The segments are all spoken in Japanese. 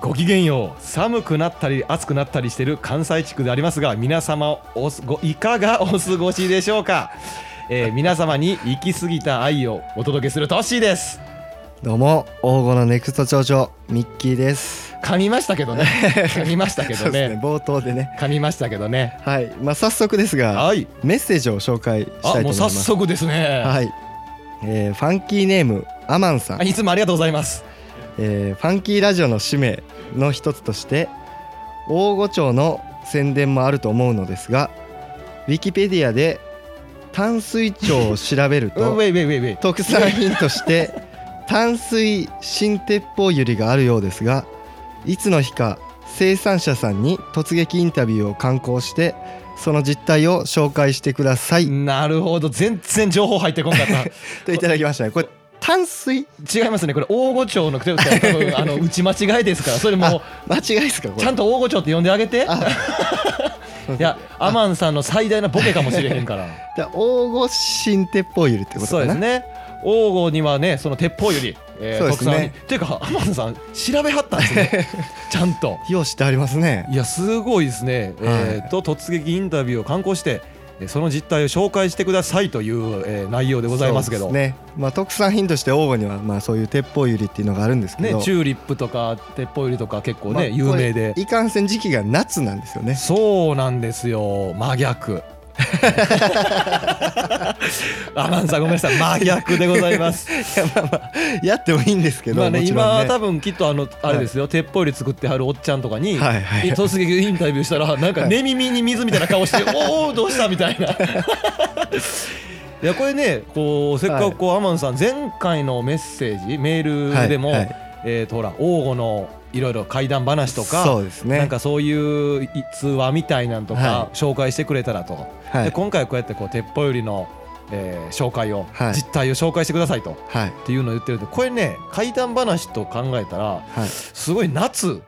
ごきげんよう寒くなったり暑くなったりしている関西地区でありますが皆様おすごいかがお過ごしでしょうか、 えー皆様に行き過ぎた愛をお届けするトッシーですどうも王語のネクスト長長ミッキーです噛みましたけ どね噛みましたけそどうでねすね冒頭でね噛みましたけどねはいまあ早速ですがはいメッセージを紹介したいとあ思いもまうす早速ですね、はい、えーファンキーネームアマンさんあ、い、つもありがとうございますえーファンキーラジオの使命の一つとして大御町の宣伝もあると思うのですがウィキペディアで淡水町を調べるウ ェとイウェイウェイウェイ特産品として淡水新鉄砲ゆりがあるようですがいつの日か生産者さんに突撃インタビューを刊行してその実態を紹介してくださいなるほど全然情報入ってこんかった といただきましたねこれ淡水違いますねこれ大御町の多分あの打ち間違いですからそれも間違いですかこちゃれんと大御町って呼んであげて いや、アマンさんの最大のボケかもしれへんから。だから大御新鉄砲ゆりってことそうかですなね。王郷にはね、その鉄砲より、えそうー、です特ね産。っていうか、アマンさん、調べはったんで すね。ちゃんと。よう知ってありますねいや、すごいですね。えっ、と、突撃インタビューを刊行して。えーその実態を紹介してくださいという、えー内容でございますけど。そうねですね、まあ、特産品として大御にはまあそういう鉄砲ゆりっていうのがあるんですけど、チューリップとか鉄砲よりとか結構ね、まあ有名でこれいかんせん時期が夏なんですよねそうなんですよ真逆 アマンさんごめんなさい真逆でご ざいます やってもいいんですけど、まあねもちろん今ね多分きっとあのあれですよ、鉄砲より作ってはるおっちゃんとかに、はいはいえ突撃インタビューしたらなんか寝耳に水みたいな顔 して「おおどうした?」みたいな。いやこれねこうせっかくこう、アマンさん前回のメッセージメールでも、はいはいえーとほら王吾のいろいろ怪談話とかそうですねなんかそういう逸話みたいなんとか、は紹介してくれたらと、はでい、今回こうやってこう鉄砲よりの、えー紹介を、はい実態を紹介してくださいと。はいっていうのを言ってるんでこれね怪談話と考えたらはい、すごい夏、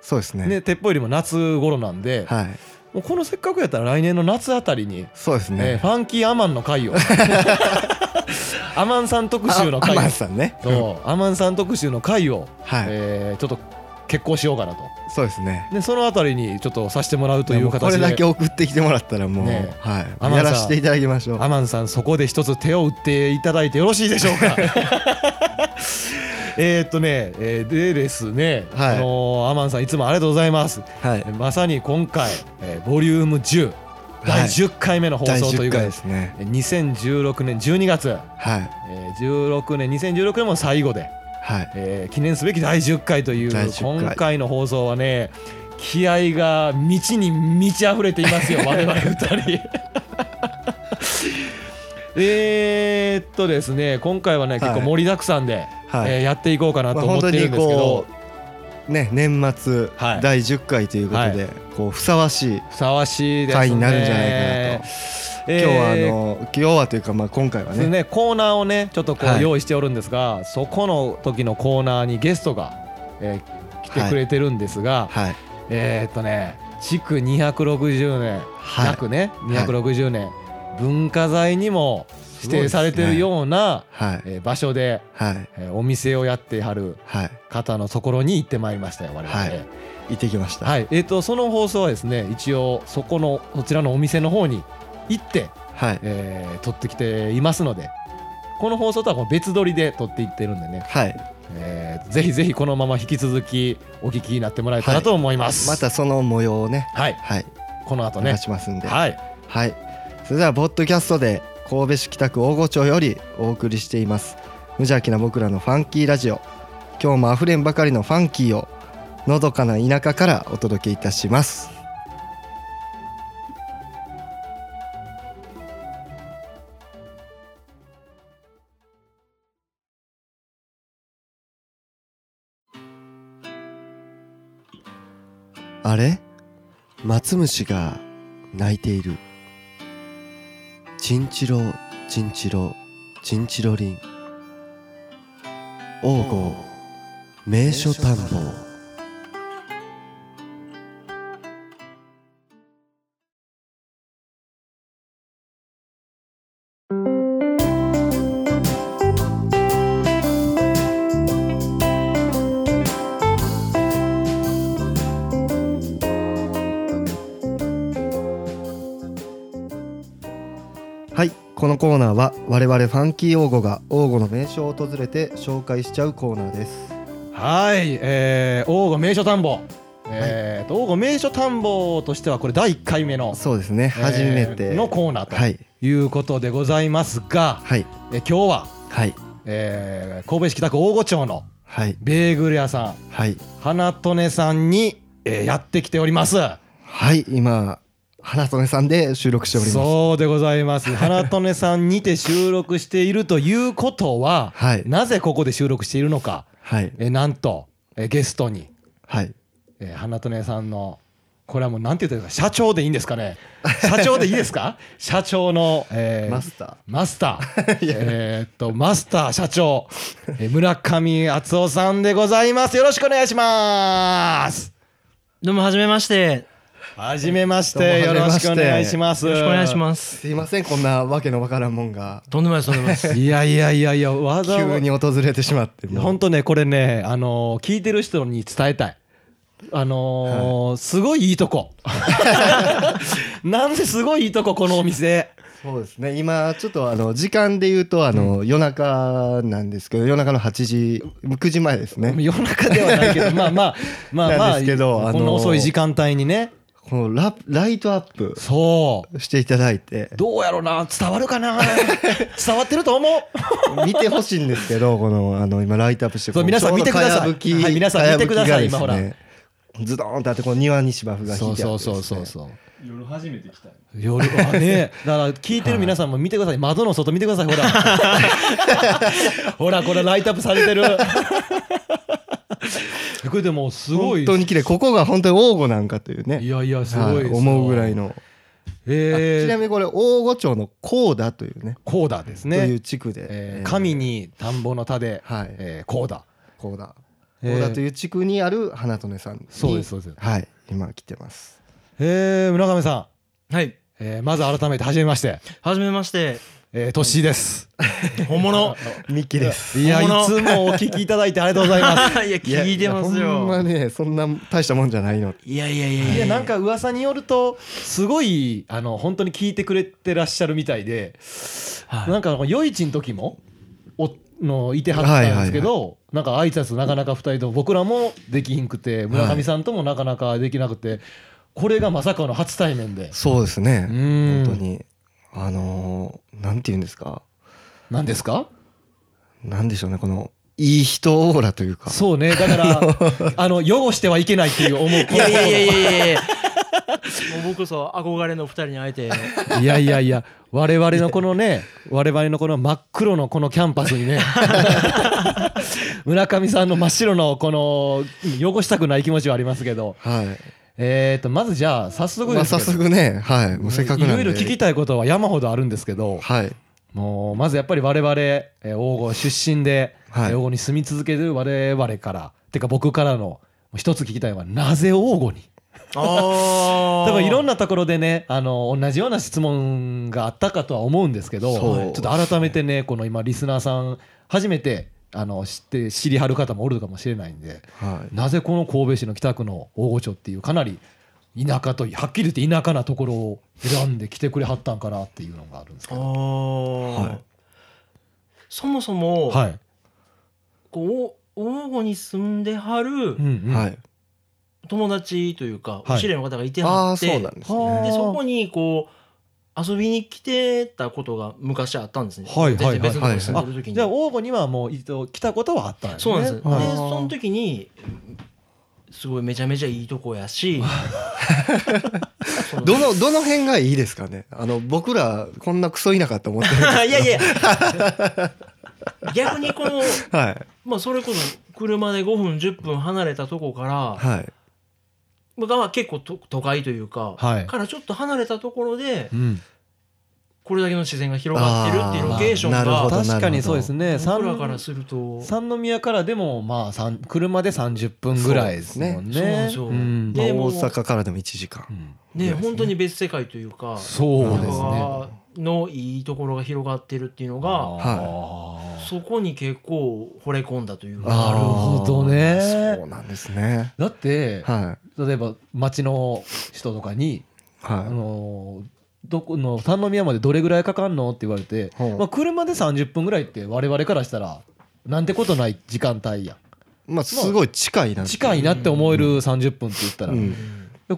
そうですねね、鉄砲よりも夏頃なんで、はいもうこのせっかくやったら来年の夏あたりに、そうですえーね、ファンキーアマン の回をアマンさん特集のあアマン回さんねそうアマンさん特集の回を、はい、えーちょっと結構しようかなとそうですねでそのあたりにちょっとさせてもらうといもううこ形でれだけ送ってきてもらったらもう、ねアマはンさんい、やらせていただきましょうアマンさんそこで一つ手を打っていただいてよろしいでしょう かえーっとね、えーでですね、はいあのーアマンさんいつもありがとうございますはいまさに今回、えーボリューム10第10回目の放第送と10いうか、回ですねえー2016年12月、えはいー16年2016年も最後で、はいえー記念すべき第10回という第10回今回の放送はね気合が満ちに満ち溢れてい ますよ我々2人 えーっとですね今回はね結構盛りだくさんで、はいえーやっていこうかなとまあ、思本って当るんにですけどこ、うね年末はい第10回ということで、はこうふさわしいふさわしいですね回になるんじゃないかなと、えー今日はあの今日はというかまあ今回はそうねね、コーナーをねちょっとこはうい用意しておるんですが、そこの時のコーナーにゲストが、えー来てくれてるんですが、はいえーっとね築260年、はい約ねい260年、文化財にも指定されてるような、はいえー場所で、はいえーお店をやってはるはい方のところに行ってまいりましたよ我々。ははいい行ってきましたえー、とその放送はですね一応そこのそちらのお店の方に行ってはいえー撮ってきていますのでこの放送とはこう別撮りで撮っていってるんでね、はいえーぜひぜひこのまま引き続きお聞きになってもらえたらと思います、またその模様をねはいはいこの後流ねしますんではいはいそれではポッドキャストで神戸市北区大御町よりお送りしています無邪気な僕らのファンキーラジオ今日もあふれんばかりのファンキーをのどかな田舎からお届けいたしますあれ松虫が泣いているチンチロチンチロチンチロリン王吾名所探訪はいこのコーナーは我々ファンキー王吾が王吾の名所を訪れて紹介しちゃうコーナーですはい、えー、王吾名所探訪、えーと王吾名所探訪としてはこれ第1回目の、そうですねえー初めてのコーナーとはいいうことでございますが、はいえー今日は、はいえー神戸市北区王吾町のはいベーグル屋さんはい花とねさんに、えーやってきております。はい今花曽根さんで収録しておりますそうでござ います。花とねさんにて収録しているということは、はいなぜここで収録しているのか、はいえーなんと、えーゲストに、はいえー花とねさんのこれはもうなんて言ったらいいですか社長でいいんですかね社長でいいですか社長の、えーマスタマスターえーっとマスター社長、えー村上敦夫さんでございますよろしくお願いしますどうも、はじめまして。はじめましどうてもよはじめろまししてくお願いしますよろしくお願いしすます。すいませんこんなわけのわからんもん がとんでもないです、とんでも ないです。いやいやいやいやわざ急わに訪れてしまってざもう本当ねこれねあのー聞いてる人に伝えたいあのーすごいいい とこなんですごいいいとここのお店そうですね今ちょっとあの時間で言うとあの夜中なんですけど夜中の8時9時前ですね夜中ではないけどまあまあまあまなんあですけどあのーこんな遅い時間帯にねこのラライトアップそうしていただいてどうやろうな伝わる かな伝わってると思う見てほしいんですけ ど、この、あの、今ライトアップして。そう皆さんこの見てくださいかやぶきはい皆さん見てくださいかやぶきがですねズドーンとあって、この庭に芝生が引いてあって、そう夜初めて来た夜あねだから聞いてる皆さんも見てください窓の外見てくださいほら ほらこれライトアップされてるこれでもすご本い当に綺麗、ここが本当に王吾なんかといういね。やいやすごはいい思うぐらいのの。ちなえみに、これ王吾町の高田というね。コーダですというね地区で、ええーー神に田んぼの田ではいえーコーダ高田。えー高田という地区にある花とねさんに。そうですそうですはい、今来てます。えー村上さんはい。えーまず改めて初めましてはじめまして。えートッシーです本物。ミッキーです。いやい本物つもお聞きいただいてありがとう ございますいや、聞いてますいやほんまよ。ね、そんな大したもんじゃないの。いやいやいやいやなんか噂によるとすごいあの本当に聞いてくれてらっしゃるみたいで、はいなんか夜市の時もおのいてはったんですけど、なんか挨拶なかなか2人とも僕らもできひんくて村上さんともなかなかできなくて、これがまさかの初対面でそうですね。うん本当に。あのー、なんて言うんですか。なんですかなんでしょうね、この、いい人オーラというか。そうねだから あの汚してはいけないっていう思ういやいやいやいやいやいや。もう僕こそ憧れの二人に会えて。 いやいやいや我々のこのね我々のこの真っ黒のこのキャンパス にね村上さんの真っ白のこの汚したくない気持ちはありますけどはい。えーとまずじゃあ早速まあ、です早けど、速ね、はい。もうせっかくなんで。いろいろ聞きたいことは山ほどあるんですけどはい。もうまずやっぱり我々えー王郷出身ではいえー王郷に住み続けてる我々からてか僕からの一つ聞きたいのはなぜ王郷にあ多分いろんな。なところでねあの同じような質問があったかとは思うんですけどちそうょっと改めてねこの今リスナーさん初めてあの知って知りはる方もおるかもしれないんではい。なぜこの神戸市の北区の大御町っていうかなり田舎というはっきり言って田舎なところを選んで来てくれはったんかなっていうのがあるんですけあど。はあい。そもそも、はいこう、王吾に住んではるうんうんはい。友達というか、はいお知り合いの方がいてあはあ、って。そうなんですはね。あでそこにこう遊びに来てたことが昔あったんですね。はいはいはい別のとこに住あんでる時に。じゃあ大御にはもう一度来たことはあったんですねそうなんです。はいでその時にすごいめちゃめちゃいいとこやし。そのどの、どの辺がいいですかね。あの、僕ら、こんなクソ田舎って思ってるんで いやいや。逆にこのすけど。はい。まあそれこそ車で5分10分離れたとこからはい。まあだから結構と都会というか、はいからちょっと離れたところでうん、これだけの自然が広がってるっていうロケーションあーなるほどが確かにそうですね僕ら三からすると三宮からでもまあ三車で30分ぐらいですもんそねうですねそうなんですまよあでも大阪からでも1時間うんね本当に別世界というかそうですね品川のいいところが広がってるっていうのがはいそこに結構惚れ込んだというなあかるほどねそうなんですねだっては例えば町の人とかにいはあいのどこの三宮までどれぐらいかかんのって言われて、ほうまあ、車で30分ぐらいって我々からしたらなんてことない時間帯やまあすごい近いなんんて近いなって思える30分って言ったら、うん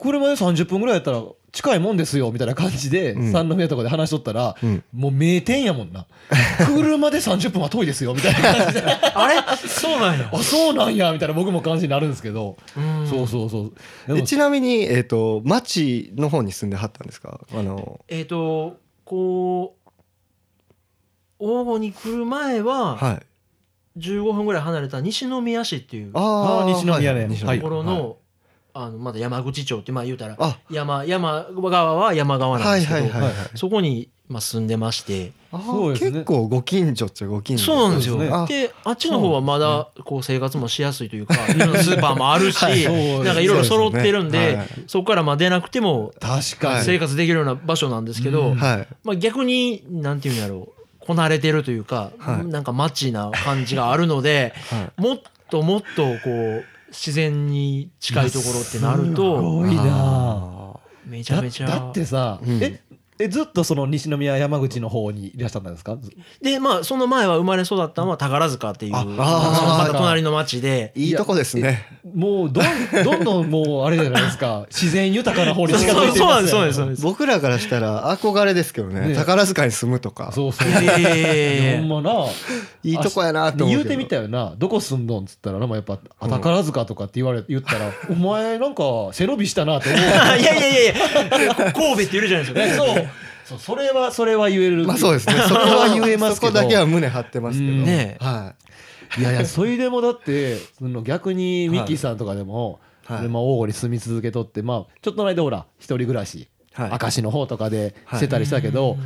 車で30分ぐらいやったら近いもんですよみたいな感じで、うん三宮とかで話しとったら、うんもう名店やも んな車で30分は遠いですよみたいな感じであれ そうなんやあそうなんやみたいな僕も感じになるんですけど、うんそうそうそうえでもちなみに、えー、と町の方に住んではったんですかあのえっとこう黄金に来る前ははい15分ぐらい離れた西宮市っていうとああー西宮ねはい西は宮いころのあのまだ山口町ってまあ言うたらあ山山側は山側なんはでいすけど、はいはいはいそこにまあ住んでましてあーそうですね結構ご近所っちゃご近所そうなんですよそうですねであっちの方はまだこう生活もしやすいというかいろんなスーパーもあるしはいそうですねなんかいろいろ揃ってるんそうですでねはいそこからまあ出なくても確かに、生活できるような場所なんですけうどんはいまあ逆になんていうんやろうこなれてるというかはいなんかマッチな感じがあるので はもっともっとこう自然に近いところってなるすとごいなあめちゃだめちゃだってさ、うんええずっとその西宮山口の方にいらっしゃったんですかずでまあその前は生まれ育ったのは宝塚っていうあまああーそのまた隣の町で ーいいとこですねもうど んどんどんもうあれじゃないですか自然豊かな方に近づいてそうまなすよんねですそうなんですそうなんです僕らからしたら憧れですけどねね宝塚に住むとかそうそうえほんまないいとこやなと思う言けうどてみたよなどこ住んどんっつったらなんかやっぱ「あ宝塚」とかって言われ言ったら「お前なんか背伸びしたな」って思う いやいやいやいや神戸って言るじゃないですかそう そうそれはそれは言えるまあそう ですねそこは言えますけどそこだけは胸張ってますけどうんねえはいやいやそれでもだってその逆にミッキーさんとかでも、はいでまあ、大郷に住み続けとって、まあ、ちょっとの間ほら一人暮らし、いはい明石の方とかではいしてたりしたけど、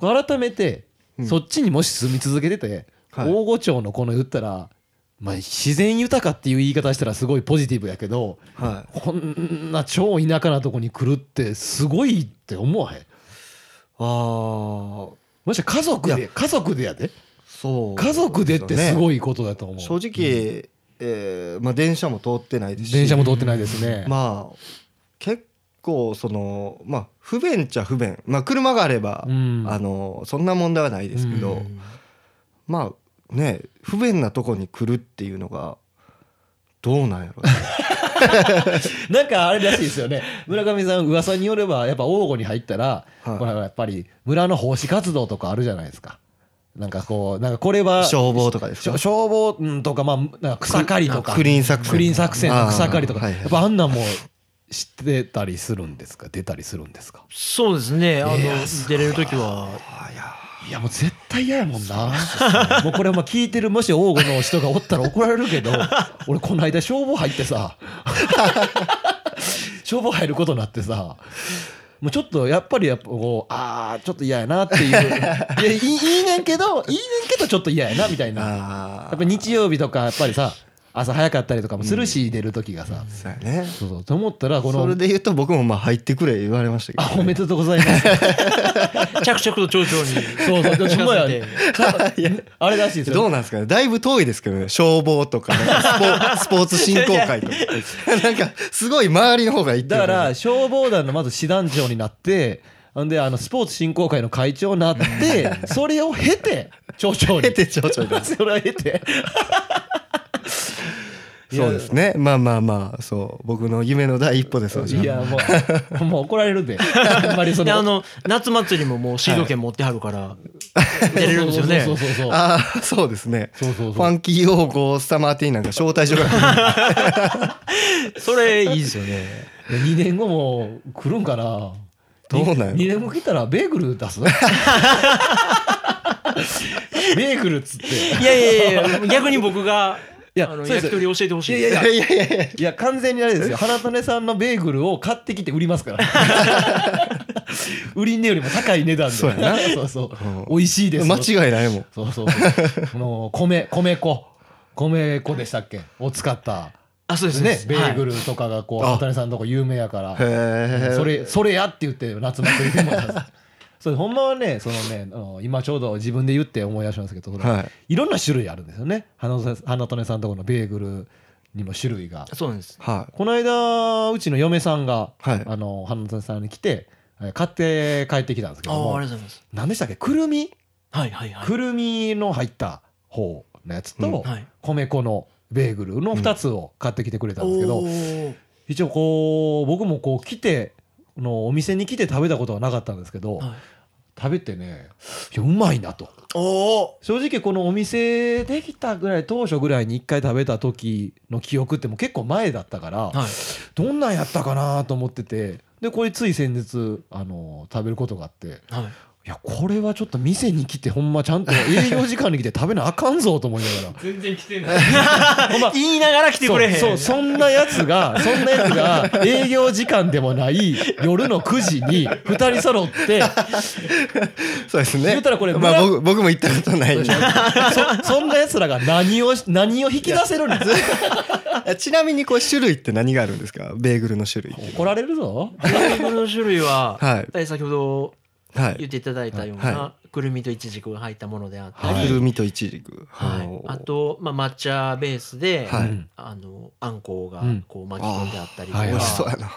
改めてうんそっちにもし住み続けてて、はい大御町のこの言ったら、まあ、自然豊かっていう言い方したらすごいポジティブやけどはこんな超田舎なとこに来るってすごいって思わへんいああもし家族いで家族でやでそう家族でってすいごいことだと思う、正直えーまあ電車も通ってないですし電車も通ってないですね、まあ結構そのまあ不便っちゃ不便まあ車があればうんあのそんな問題はないですけうどまあね不便なとこに来るっていうのがどうなんやろねなんかあれらしいです よね村上さん噂によればやっぱ王吾に入ったら、はいほらやっぱり村の奉仕活動とかあるじゃないですかなんかこうなんかこれは消防とかです消か消防うんとか,、まあ、なんか草刈りとかクリーン作戦クリーン作戦あー草刈りとか、はいはいやっぱあんなんも知ってたりするんですか出たりするんですかそうですねあのいやす出れる時ははいやもう絶対嫌やもんなもうこれはまあ聞いてるもし王吾の人がおったら怒られるけ ど俺この間消防入ってさ 消防入ることになってさもうちょっとやっぱりやっぱこうああちょっと嫌やなって いういやいいいいねんけどいいねんけどちょっと嫌やなみたいなやあっぱ日曜日とかやっぱりさ朝早かったりとかもするし、出る時がさ、あねそうそうと思ったらこのそれで言うと僕もまあ入ってくれ言われましたけどあおめでとうございます着々と町長にそうそう、近 近づづいいてて。あれらしいですよ。どうなんですかねだいぶ遠いですけどね消防とかなんか スポスポーツ振興会とかなんかすごい周りの方が行ってだるかからら消防団のまず師団長になって、ほんであのスポーツ振興会の会長に なって、それを経て町長に。経て町長になるそれを経て。 そうですねまあまあまあそう僕の夢の第一歩ですわいやもうもう怒られるで。あんまりそでの。あの夏祭りももうシード権持ってはるから出れるんですよねそうそうそうそう。ああそうですねそうそうそうファンキー王子スタマーティーンなんか招待状が来るそれいいですよね2年後も来るんかなどうなんやろ 2, 年後来たらベーグル出 すベーグルっつっていやいやいや逆に僕がいやあそうのです焼き鳥教えてほしい いやいやいやいやいやいやいや完全にあれですよ花種さんのベーグルを買ってきて売りますから 売り値よりも高い値段でそうやなそうそううん美味しいですよ 間違いないもんそうそうそうこの米米粉米粉でしたっけを使ったあそうですねベーグルルとかがこうあ花種さんのとこ有名やからへえそれそれやって言って夏祭りでもらったんですそうほんまはねそのねあの今ちょうど自分で言って思い出しますけど、そのはいいろんな種類あるんですよね花種花種さんのとこのベーグルにも種類がそうなんですはこの間うちの嫁さんが、はいあの花園さんに来てえー買って帰ってきたんですけあどああもりがとうございます何でしたっけくるみはいはいはいくるみの入った方のやつと、うんはい米粉のベーグルの2つを買ってきてくれたんですけど、おー一応こう僕もこう来てこのお店に来て食べたことはなかったんですけど、はい食べてねいやうまいなとおー正直このお店できたぐらい当初ぐらいに1回食べた時の記憶ってもう結構前だったから、はいどんなんやったかなと思っててでこれつい先日あの食べることがあっていはいやこれはちょっと店に来てほんまち ゃんと営業時間に来て食べなあかんぞと思いながら全然来てない ほんま言いながら来てくれへんそうそうそんなやつがそんなやつが営業時間でもない夜の9時に2人揃っていそうですね言うたらこれまあ村僕僕も行ったことないんでそそんなやつらが何をし何を引き出せるんですかあ ちなみにこれ種類って何があるんですかベーグルの種類って怒られるぞベーグルの種類は、はいやっぱり先ほどは言っいていただいたような、はくるみといちじくが入ったものであったり、はくいるみといちじくはいおーあと、まあ、抹茶ベースで、はいうんあのあんこがうんこう巻き込んであったりとあか、ーは美いはい味しそうやな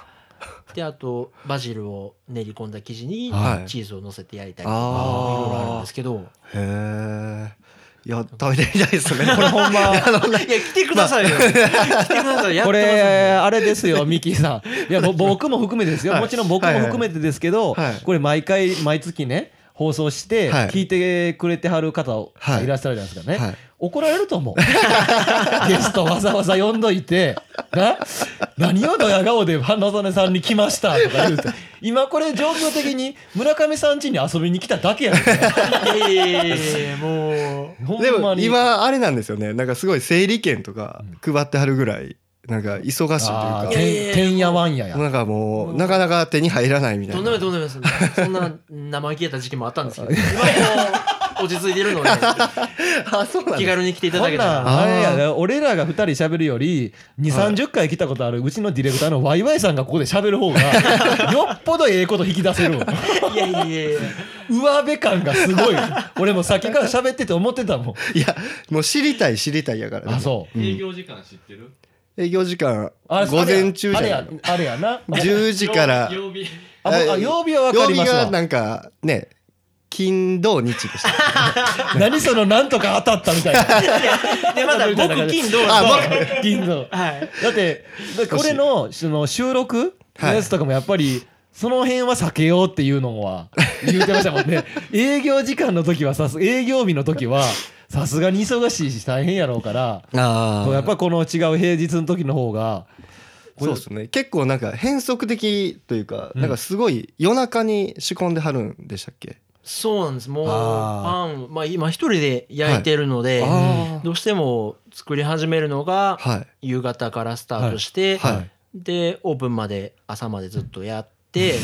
であとバジルを練り込んだ生地にはいチーズを乗せて焼いたりとか、いろいろあるんあですけどーへえいや食べてみたいですねこれほん まいや来てくださいよ、来てくださいやってこますれねあれですよミッキーさん いやぼ僕も含めてですよはいもちろん僕もはいはい含めてですけどはいこれ毎回毎月ね放送してはい聞いてくれてはる方をはいいらっしゃるじゃないですかね、 はい怒られると思う ゲストわざわざ呼んどいてな何をドヤ顔で花園さんに来ましたとか言うて今これ状況的に村上さん家に遊びに来た だけやからいやいやいやいやもうほんまでにも今あれなんですよねなんかすごい整理券とか配ってはるぐらいなんか忙しいというあかーいやてんてんやわんややなんかもうなかなか手に入らないみたといんでなもないとんでもないですそんな生意気やった時期もあったんですけど今もう落ち着い てるのであそうなん気だ軽に来ていたこだんけなたらんあれやな俺らが2人喋るより2三3 0回来たことあるうちのディレクターのワイワイさんがここで喋る 方がよっぽどええこと引き出せ るわいやいやいやいや上辺感がすごい俺もさっきから喋ってて思ってたもんいやもう知りたい知りたいやからあそう営業時間知ってる営業時間あれ午前中じゃあなれいやのあれやな10時から曜日曜日あもうあ曜日は分か曜り日ますがわなんかね金土日でした何そのなんとか当たったみたいな でまだ僕金どうあ僕銀のはい だってだってこれのその収録のやつとかもやっぱりその辺は避けようっていうのは言うてましたもん ね営業時間の時はさす営業日の時はさすがに忙しいし大変やろうからあやっぱこの違う平日の時の方がそうですね結構なんか変則的というか、うんなんかすごい夜中に仕込んではるんでしたっけそうなんですもうあパンまあ今一人で焼いてるので、あーどうしても作り始めるのがはい夕方からスタートして、はいはいでオープンまで朝までずっと やって、で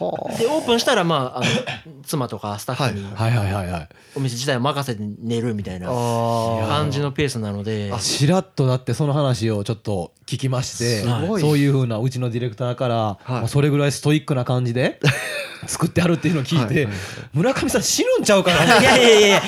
オープンしたらまああの妻とかスタッフにはいはいはいはいお店自体を任せて寝るみたいなあ感じのペースなのであしらっとだってその話をちょっと聞きましてすごいそういうふうなうちのディレクターから、まあそれぐらいストイックな感じ で作ってあるっていうのを聞いて、村上さん死ぬんちゃうかな いやいやいやいや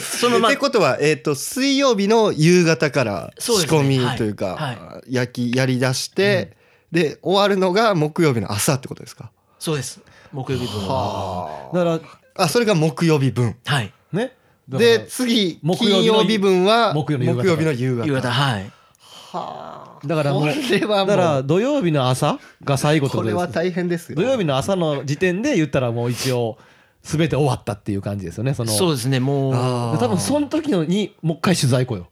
そのっまてことは、えー、と水曜日の夕方から仕そうですね込みというかはい焼きやりだして、で終わるのが木曜日の朝ってことですかそうです木曜日分はあだからあそれが木曜日分はいねだからで次木曜金日の曜日分は木木曜の夕方曜日の夕方夕方はいだからもうこれはもうだから土曜日の朝が最後ってこことれはです大変ですよ土曜日の朝の時点で言ったらもう一応全て終わったっていう感じですよねそのそうですねもうあー多分その時のにもう一回取材来よ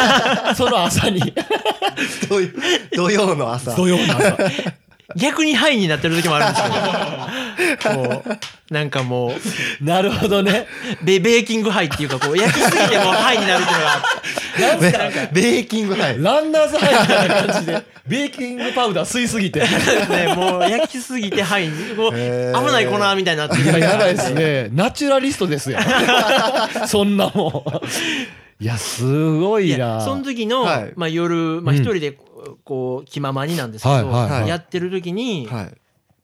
その朝に土曜土曜の朝土曜の朝 逆にハイになってる時もあるんですけどこうなんかもうなるほどね。ベベーキングハイっていうかこう焼きすぎてもうハイになるっていうのがあってなんすかなんかベーキングハイランナーズハイみたいな感じで、ベーキングパウダー吸いすぎて。ね、もう焼きすぎて、はい、もうへー危ない粉みたいになってるいや、やばいですね。ナチュラリストです よ。そんなもん。いや、すごいいやな。その時の、はいまあ、夜、まあ、うん一人でこう気ままになんですけど、はいはいはいやってる時に、はい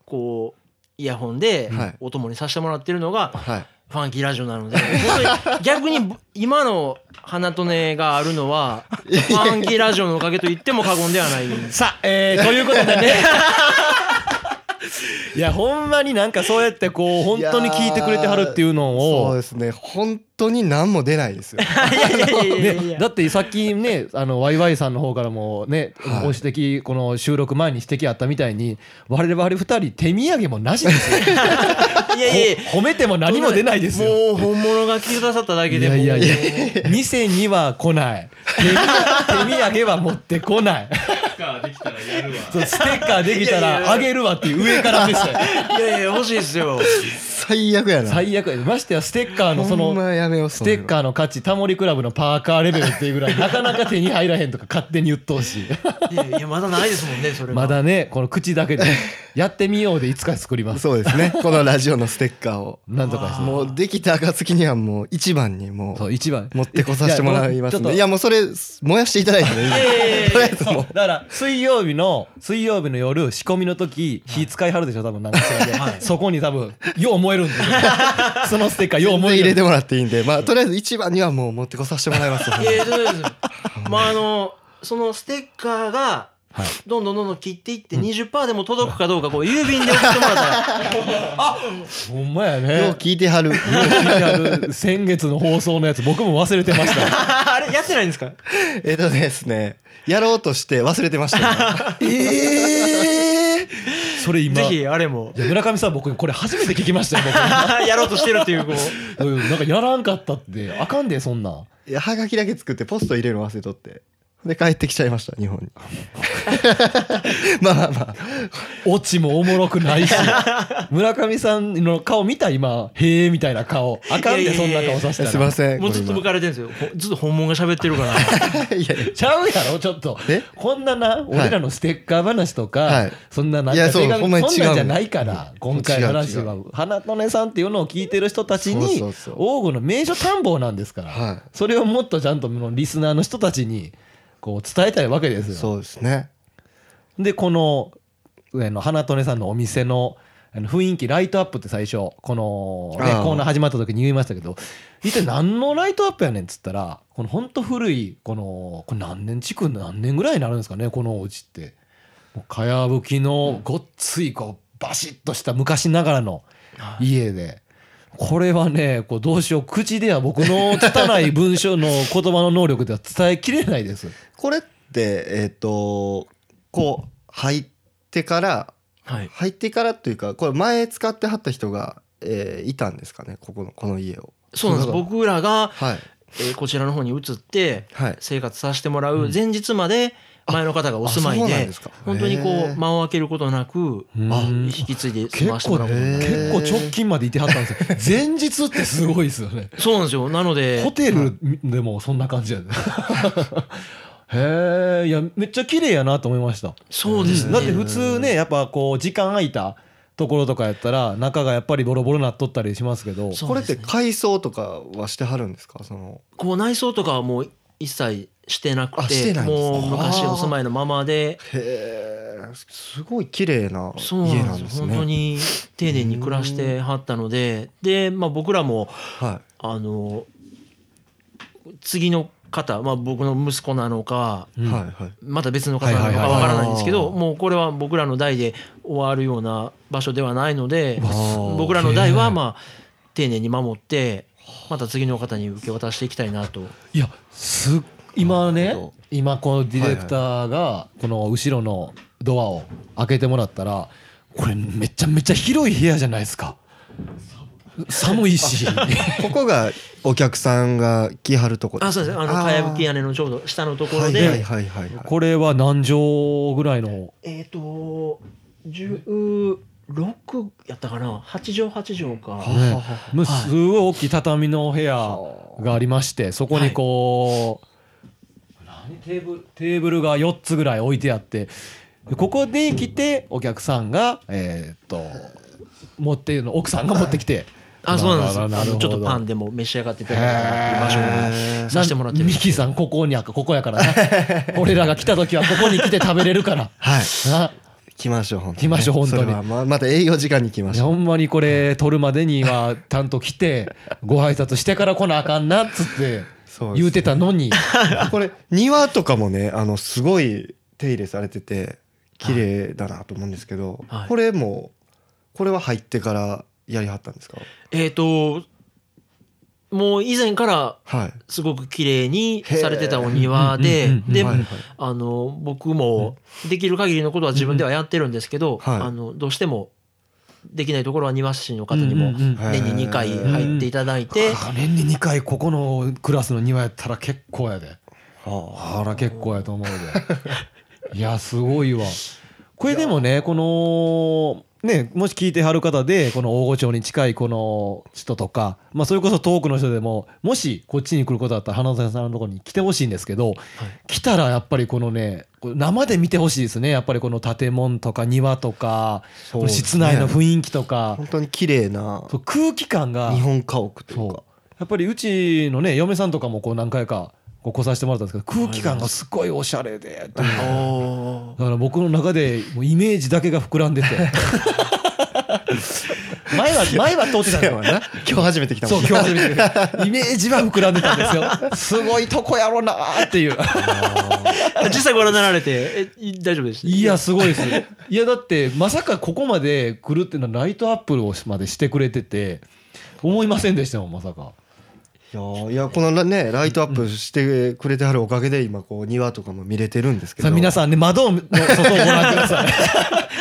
こうイヤホンではいお供にさせてもらってるのが、はいファンキーラジオなので本当に逆に今の花とねがあるのはファンキーラジオのおかげと言っても過言ではないさあ、えー、ということでね。いや、ほんまになんかそうやってこう、本当に聞いてくれてはるっていうのそうをで。すね本当に何も出ないですよいやいやいやいね、やだってさっきねあのワイワイさんの方からもね、はいご指摘この収録前に指摘あったみたいに我々二人手土産もなしですよいやいやいやほ褒めても何も出ないですもよう本物が来てくださっただけいでやもいやいやもう店には来ない手土手土産は持ってこない そうステッカーできたいやいやいらやあげるわっていう上からですよいやいや欲しいですよ。 最悪やな最悪ましてやステッカーのそほのんまやめようステッーカーの価値タモリクラブのパーカーレベルっていうぐらいなかなか手に入らへんとか勝手に言っと うしいやいやまだないですもんねそれがまだねこの口だけでやってみようでいつか作りますそうですね このラジオのステッカーをなんとかしてもうできた暁にはもう一番にもそうう一番持ってこさせてもらいますんやでいやもうそれ燃やしていただいてねいいいやいやいやとりあえずもだうから水曜日の水曜日の夜仕込みの時火使いはるでしょ多分なんかしらで、はいそこに多分よう燃える んですよそのステッカーよう全然燃え入るれてもらっていいんでまあとりあえず一番にはもう持ってこさせてもらいますいやいやそうですまああのそのステッカーがはいどんどんどんどん切っていって20%でも届くかどうかこう郵便で送ってもらったらほんまやねよう聞いてはる聞いてある先月の放送のやつ僕も忘れてましたあれやってないんですか えっとですねやろうとして忘れてました ええそれ今ぜいひあれ もや村上さん僕これ初めて聞きましたよやろうとしてるっていうこう僕うんなんかやらんかったってあかんでそんなんいやはがきだけ作ってポスト入れるの忘れとってで帰ってきちゃいました日本に まあまあまあオチもおもろくない し村上さんの顔見た今へえみたいな顔あかんいでやいやそんいなやい顔やさせたらすいませんもうずっと向かれてるんですよほずっと本物が喋ってるから これ今いやいやちゃうやろちょっとえこんなな俺らのステッカー話とか、はいそんななんいかやそう手紙ほんまにそんなんじゃ違うないから今回の話は花とねさんっていうのを聞いてる人たちにそうそうそう王吾の名所探訪なんですから、はいそれをもっとちゃんともうリスナーの人たちにこう伝えたいわけですよ。そうですねでこのあの花とねさんのお店のあの雰囲気ライトアップって最初この、ね、ああコーナー始まった時に言いましたけど一体何のライトアップやねんっつったらこのほんと古いこのこれ何年築何年ぐらいになるんですかねこのお家って。もうかやぶきのごっついこうバシッとした昔ながらの家で。これはねこうどうしよう口では僕の拙い文章の言葉の能力では伝えきれないです。これってえっ、とこう入ってからはい入ってからというかこれ前使ってはった人が、えーいたんですかねここのこの家をそうなんです僕らが、はいえーこちらの方に移ってはい生活させてもらう前日まで前の方がお住まいあそうなんでですか本当にこへうー間を空けることなくうん引き継いで結済ましても構らうね結構直近までいてはったん ですよ前日ってすごいですよねそうなんですよなのでホテルでもそんな感じやね へえいやめっちゃ綺麗やなと思いましたそうですねだって普通ねやっぱこう時間空いたところとかやったら中がやっぱりボロボロなっとったりしますけどそうこれでっすねて改装とかはしてはるんですかそのこう内装とかはもう一切してなくあてしてないんですねもう昔お住まいのままでへえすごい綺麗なそう家ななんんでですすよね本当に丁寧に暮らしてはったのでで、まあ、僕らもはあの次の方、まあ、僕の息子なのかい、うんはいはいまた別の方なはいのはいかはいわからないんですけどあーもうこれは僕らの代で終わるような場所ではないのでわすげえ僕らの代はまあ丁寧に守ってまた次の方に受け渡していきたいなと。いやすっ今なねるほど今このディレクターがこの後ろのドアを開けてもらったらこれめちゃめちゃ広い部屋じゃないですか寒 いしここがお客さんが来はるとこあそうですねあのーかやぶき屋根のちょうど下のところはいはいではいはいはいこれは何畳ぐらいのえっと10 6やったかな8畳8畳かねもうすごい大きい畳のお部屋がありましてそこにこう、何テーブルテーブルが4つぐらい置いてあってでここに来てお客さんがえーっと持ってるの奥さんが持ってきてあそうなんですなるほどあのちょっとパンでも召し上がっていただけたら居場所にさせてもらってるんミですけキどさんここにあかここやからな俺らが来た時はここに来て食べれるからはいな来ましょう本当に来ましょう本当にそれはままた営業時間に来まいしやょうほんまにこれ撮るまでにはちゃんと来てご挨拶してから来なあかんなっつってそうです言うてたのにこれ庭とかもねあのすごい手入れされてて綺麗だなと思うんですけど、はいこれもこれは入ってからやりはったんですかえっともう以前からはいすごく綺麗にへーされてたお庭うんうんでうんうんではいはいあの僕もできる限りのことは自分ではやってるんですけど、うんはいあのどうしてもできないところは庭師の方にもうんうんうん年に2回入っていただいて、あ年に2回ここのクラスの庭やったら結構やであら結構やと思う でいやすごいわこれでもねこのねもし聞いてはる方でこの大御町に近いこの人とかまあそれこそ遠くの人でももしこっちに来ることだったら花園さんのところに来てほしいんですけど、来たらやっぱりこのねこれ生で見てほしいですねやっぱりこの建物とか庭とか、この室内の囲雰囲気とか、本当に綺麗なそう空気感が日本家屋というそうかやっぱりうちのね嫁さんとかもこう何回かこう来させてもらったんですけど空気感がすごいおしゃれでとかおーだから僕の中でもうイメージだけが膨ら んでて前は前は通ってたんだよな 今日初めて来たそもうんね今日初めてイメージは膨らんでたんですよすごいとこやろなーっていう 実際ご覧になられてえい大丈夫でしたいやすごいですいやだってまさかここまで来るっていうのはライトアップをまでしてくれてて思いませんでしたもんまさかいやーいやこのらねライトアップしてくれてはるおかげで今こう庭とかも見れてるんですけさどあ皆さんね窓の外をご覧くだ さい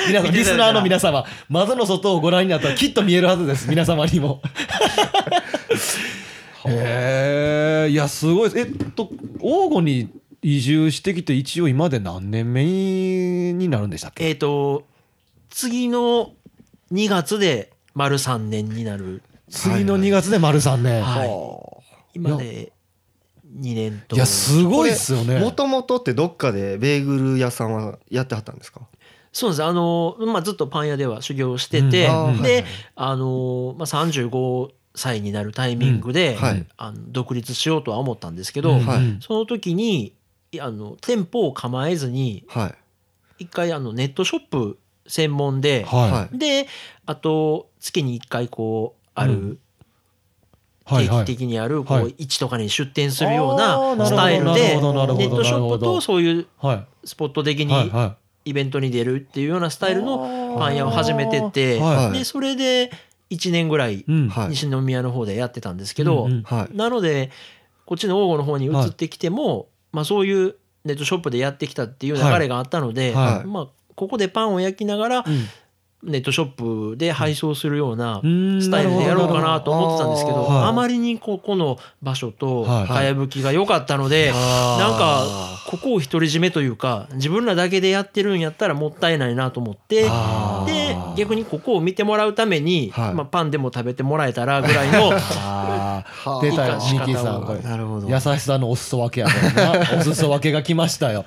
皆さんリスナーの皆様窓の外をご覧になったらきっと見えるはずです皆様にも へえいやすごいですえっと王吾に移住してきて一応今で何年目になるんでしたっけえっ、と次の2月で丸3年になる次の2月で丸3年、はいは今で2年あといやすごいっすよねもともとってどっかでベーグル屋さんはやってはったんですかそうですあの、まあ、ずっとパン屋では修行してて、うんあーはいはでいあの、まあ、35歳になるタイミングで、うんはいあの独立しようとは思ったんですけど、うんはいうんその時にあの店舗を構えずにはい一回あのネットショップ専門で、はいはいであと月に一回こうあうんるは定いは期い的にあるこはうい市とかに出店するようあーなスタイルでなるほどなるほどなるほどネットショップとそういうはスポット的いはいにはイベントに出るっていうようなスタイルのいパン屋を始めてて、はいでそれで1年ぐらいうんはい西宮の方でやってたんですけど、うんうんはいなのでこっちの王吾の方に移ってきても、まあ、そういうネットショップでやってきたっていう流れがあったので、はいはいまあ、ここでパンを焼きながらうんネットショップで配送するようなうんスタイルでやろうかなと思ってたんですけなどるほどはいあまりにここの場所とはいかやぶきが良かったので、なんあかここを独り占めというか自分らだけでやってるんやったらもったいないなと思ってあでー逆にここを見てもらうために、はいまあ、パンでも食べてもらえたらぐらいのあはああ出たよ生ミかし方をキさんこれなるほど優しさのお裾分けやから なお裾分けが来ましたよ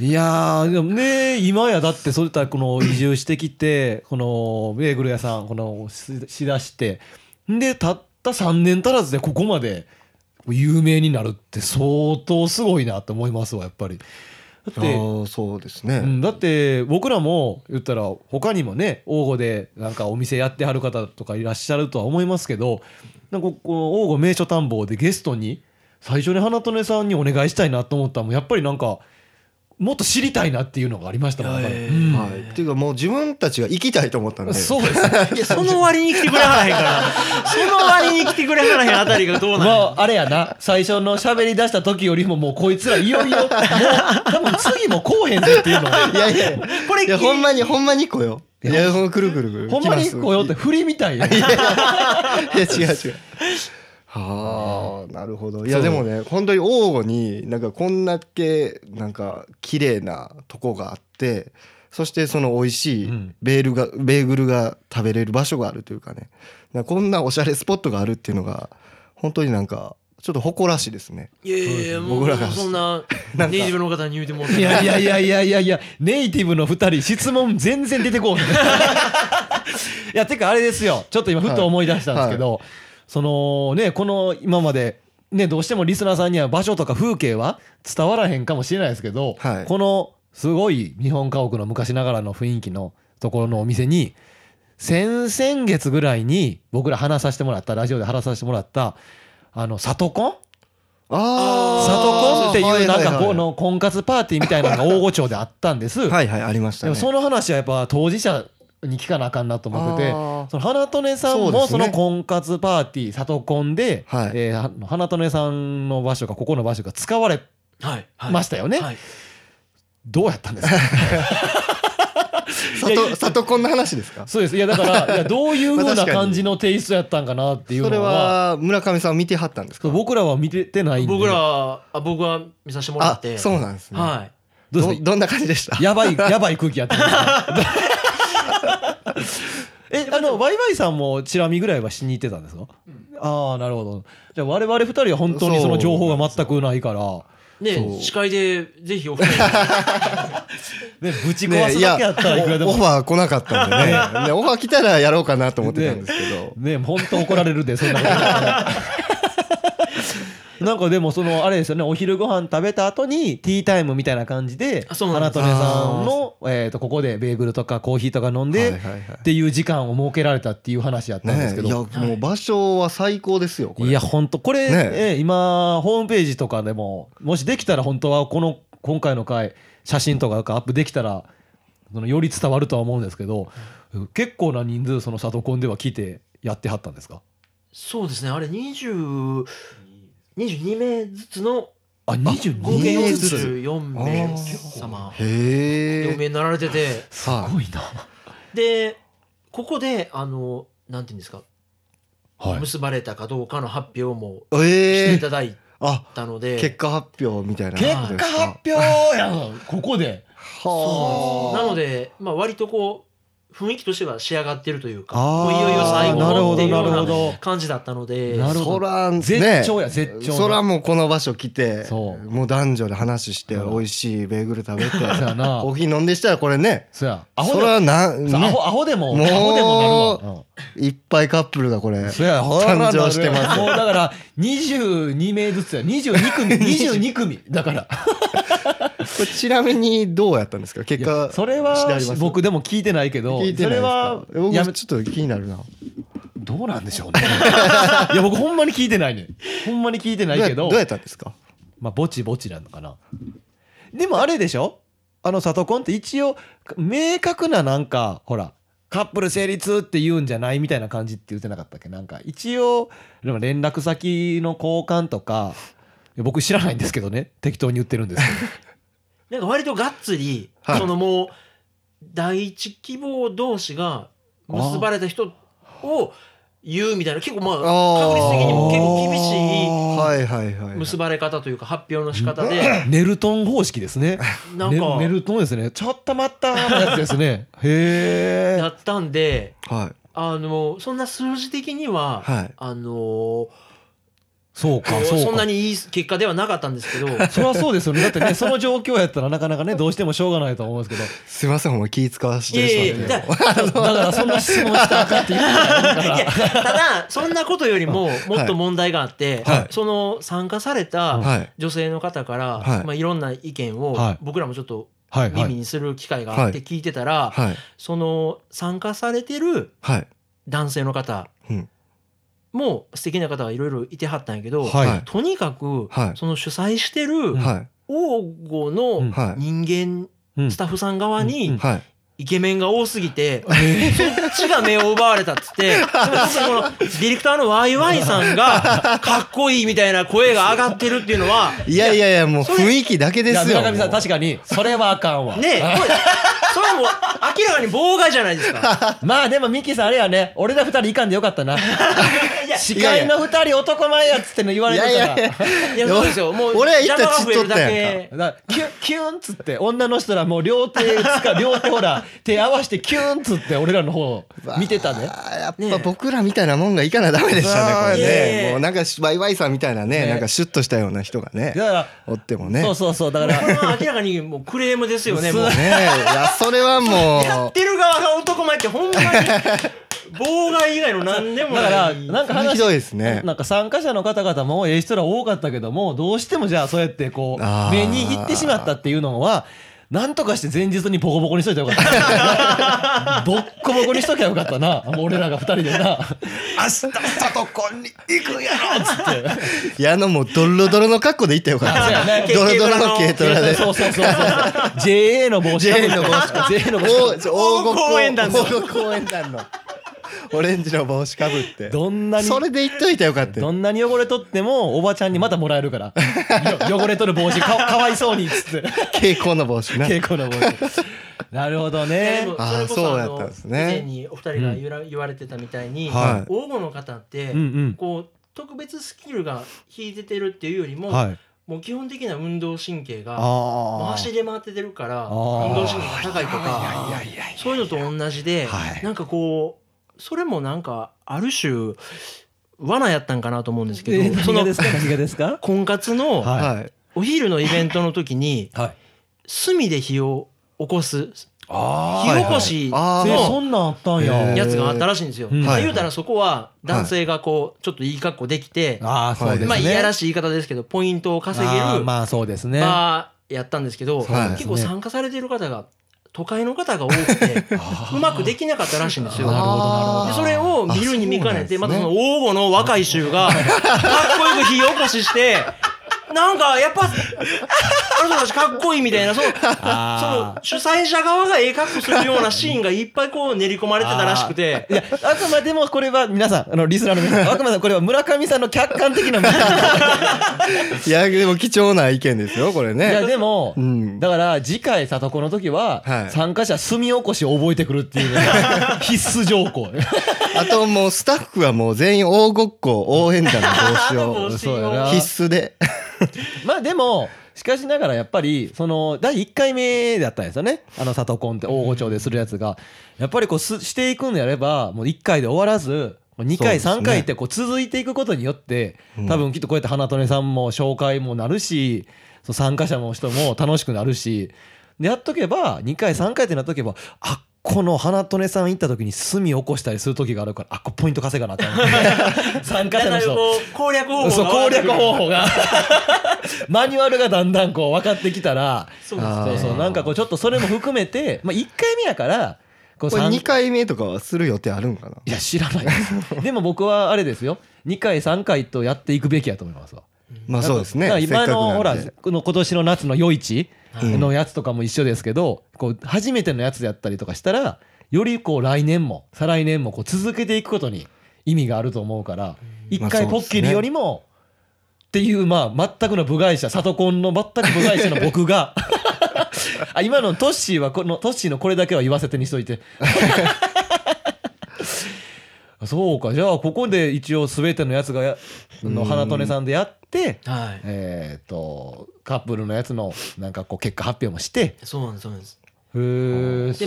いやーでもね今やだってそういったこの移住してきてこのベーグル屋さんこのししだしてでたった3年足らずでここまで有名になるって相当すごいなと思いますわやっぱりだあってーそうですね、うん、だって僕らも言ったら他にもね王吾でなんかお店やってはる方とかいらっしゃるとは思いますけどなんかこの王吾名所探訪でゲストに最初に花曽根さんにお願いしたいなと思ったのもやっぱりなんかもっと知りたいなっていうのがありましたもん、いややっぱりえうんはい、っていうかもう自分たちが行きたいと思ったんでそうですねいやその割に来てくれはらへんからその割に来てくれはらへんあたりがどうなまのああれやな最初の喋り出した時よりももうこいつらいよいよもう多分次もこうへんぜっていうのをいやいやいこれやほんまにほんまに来よいやほんまくるくるくるほんまに来すこうよって振りみたいやいや違う 違う。はあなるほどいやでもね本当に王吾になんかこんだけなんか綺麗なとこがあってそしてその美味しいベールがベーグルが食べれる場所があるというかねなんかこんなおしゃれスポットがあるっていうのが本当になんかちょっと誇らしいですねいやいやいやも僕らうがそんななネイんかティブの方に言うてもうていやいやいやいやいやいやネイティブの2人質問全然出 てこないいやてかあれですよちょっと今ふと思い出したんですけど、そのねこの今までねどうしてもリスナーさんには場所とか風景は伝わらへんかもしれないですけど、はいこのすごい日本家屋の昔ながらの雰囲気のところのお店に先々月ぐらいに僕ら話させてもらったラジオで話させてもらったあの里コンあーサトコンってはいいうはないんはいかこの婚活パーティーみたいなのが大御町であったんです。はいはいありましたでねもその話はやっぱ当事者に聞かなあかんなと思っててあ。ーその花とねさんそうでもすそねの婚活パーティー、里コンで、はいえーは花とねさんの場所がここの場所が使われはいはいましたよね。はいどうやったんですか。里里こんな話ですかそうです。いやだからいやどういう風まあな確かに感じのテイストやったんかなっていうそれのは、は村上さん見てはったんですかそう僕らは見ててないんで。僕らはあ僕は見させてもらっあてそうなんですねはいどうですどかどんな感じでした やばい、やばい空気やってる。え、あの、ワイワイさんもチラ見ぐらいはしに行ってたんですか、ああ、なるほど。じゃあ、我々二人は本当にその情報が全くないから、そでう司会でぜひお二人 にね、ぶち壊ねすだけやったらいくらでオも。フねァー来なかった んでねねオファー来たらやろうかなと思ってたんですけどね、本当怒られるで、そんなこと。なんかでもそのあれですよねお昼ご飯食べた後にティータイムみたいな感じであそうなん花ですとねさんのえーとここでベーグルとかコーヒーとか飲はんでいはいはいっていう時間を設けられたっていう話やったんですねけいやどもう場所は最高ですよこれいや本当これ、ねええ今ホームページとかでももしできたら本当はこの今回の回写真とかがアップできたらそのより伝わるとは思うんですけど結構な人数その「サトコン」では来てやってはったんですかそうですねあれ20 22名ずつのあ22合計名4ずつ名様へ4え名になられててすごいな、でここであのなんていうんですかはい、結ばれたかどうかの発表もしてえいーただいあたので、結果発表みたいな結こと果です発か表やんここではなので、まあ、割とこう雰囲気としては仕上がってるというかあもーういよいよ最後なるのほってどいうなるよほうなど感じだったのでなるほそどらね絶頂や絶頂のそらもうこの場所来てそうもう男女で話してうん美味しいベーグル食べ てそうやなコーヒー飲んでしたらこれねそうやアホそでらなんそうアねホアホでももうアホでもなるわ、うんいっぱいカップルがこれそやほら誕生してますもうだから22名ずつや22 組22組だからこれちなみにどうやったんですか結いや果それ知ってあはります僕でも聞いてないけど聞いてないですかそれはやめ僕ちょっと気になるなどうなんでしょうねいや僕ほんまに聞いてないねんほんまに聞いてないけどどうやどうやったんですかまあぼちぼちなのかなでもあれでしょあの里コンって一応明確ななんかほらカップル成立って言うんじゃないみたいな感じって言ってなかったっけなんか一応でも連絡先の交換とかいや僕知らないんですけどね適当に言ってるんですけなどんか割とがっつり、はいそのもう第一希望同士が結ばれた人を言うみたいな結構まあ確率的にも結構厳しはいはいはいい結ばばれ方というか発表の仕方で ネルトン方式ですね。なんかネネルトンですね。ちょっと待ったーのやつですね。へやえ。ったんではいあのそんな数字的には、はいあのそうか、そうか。そんなにいい結果ではなかったんですけどそりゃそうですよね。だっ てね、その状況やったらなかなかね、どうしてもしょうがないと思うんですけすいませんお前気使わせいてやいしやいまっやてだど。だからそんな質問したらあかんって言ってたから。いやただそんなことよりももっと問題があって、はいその参加されたはい女性の方から、はいいまあ、いろんな意見をはい僕らもちょっとはいは耳い。にする機会があって聞いてたら、はいその参加されてるはい男性の方うんも素敵な方がいろいろいてはったんやけど、はい。とにかく、はいその主催してるは王吾のは人間、うんスタッフさん側いに、うんうんはいイケメンが多すぎて、そっちが目を奪われたっつって、でも本当にこのディレクターのワイワイさん が、かっこいいみたいな声が上がってるっていうのは、いやいやいやもうそれ雰囲気だけいでや、すよ 村上さん、確かに、それはあかんわ。ねえ、これそれれも明らかに妨害じゃないですか。 まあでもミキさんあれやね俺ら二人いかんでよ かったないや司会の二人男前やっつっての言われてたからいやそうですよ。もう俺は一旦邪魔が増えるちっとったやだけだからキュキュンっつって女の人らもう両手つ か両手ほら手合わせてキュンっつって俺らの方見てたねあーやっねえぱ僕らみたいなもんがいかなダメでしたねこれねえねもうなんかワイワイさんみたいなねねなんかシュッとしたような人がねだからおってもねそうそうそうだからこれは明らかにもうクレームですよね。もうねえいやそれはやもってる側が男前ってほんまに妨害以外の何でもだかならい。なんか話ひどいですねなんか参加者の方々もええ人ら多かったけどもどうしてもじゃあそうやってこあうー目に行ってしまったっていうのはなんとかして前日にボコボコにしといたらよ かったボッコボコにしときゃよかったなもう俺らが二人でな明日里子に行くやろつっていやあのもうドロドロの格好で行ったよかそうやっね たドロドロの軽トラで そうそうそうそう JA の帽子 JA の帽子 JA の帽子お大御応援団の大御公園団の オレンジの帽子かぶってどんなにそれで行っといたらよかったどよんなに汚れとってもおばちゃんにまたもらえる からよ汚れとる帽子かかわいそうにっつって蛍光の帽子な稽古の帽子なるほどねねでもあーれこそうあやのったんですね以前にお二人が言わ言われてたみたいに、はい応募の方って、うんうんこう特別スキルが引いててるっていうよりも、はいもう基本的な運動神経があ回しで回っててるからあー運動神経が高いとかそういうのと同じで、はいなんかこうそれもなんかある種罠やったんかなと思うんですけど、えそ何がのですか何がですか婚活のははいお昼のイベントの時にはい炭で火を起こすあ火起こしあえそのんなんあったんへやーやつがあったらしいんですよ。うんまあ言うたらそこは男性がこうちょっといい格好できて、ああそうですねまあいやらしい言い方ですけどポイントを稼げあるーまあそうですねバーやったんですけど、そうですね結構参加されてる方が都会の方が多く てうまくできなかったらしいんですよ。なるほどあーでそれを見るに見かねて、あそうまたなんですねその王吾の若い衆がかっこよく火起こししてなんかやっぱあの人たちかっこいいみたいなそのそのあ主催者側がええ格好するようなシーンがいっぱいこう練り込まれてたらしくてーいやあくまでもこれは皆さんあのリスナーの 皆さんあくまでもこれは村上さんの客観的な見方いやでも貴重な意見ですよこれいやねでもうんだから次回里子の時ははい参加者炭起こしを覚えてくるっていうね 必須条項あともうスタッフはもう全員大ごっこ応援団の帽子帽子をそうや な必須で まあでもしかしながらやっぱりその第1回目だったんですよねあの里コンって大御町でするやつがやっぱりこうすしていくんであればもう1回で終わらずそ2うで回すね3回ってこう続いていくことによって多分きっとこうやって花利さんも紹介もなるしその参加者の人も楽しくなるしでやっとけば2回3回ってなっとけばあこの花利さん行った時に炭起こしたりする時があるからあこれポイント稼がなあか ん参加者だのいぶ人こう攻略方法がそう攻略方法 がマニュアルがだんだんこう分かってきたらそうですあそーうそうなんかこうちょっとそれも含めて、まあ、1回目やからこうこれ三2回目とかはする予定あるんかないや知らないで すでも僕はあれですよ2回3回とやっていくべきやと思いますわまあそうですねだからせ今っかくのなんほらでこの今年の夏の夜市うんのやつとかも一緒ですけど、こう初めてのやつやったりとかしたらよりこう来年も再来年もこう続けていくことに意味があると思うから一まあそうで回すポねッキリよりも、っていうまあ全くの部外者里コンの全く部外者の 僕があ今のトッシーはこのトッシーのこれだけは言わせてにしと いてそうかじゃあここで一応全てのやつがやの花利さんでやってはいえー、とカップルのやつのなんかこう結果発表もしてそうなんですそうなんですへ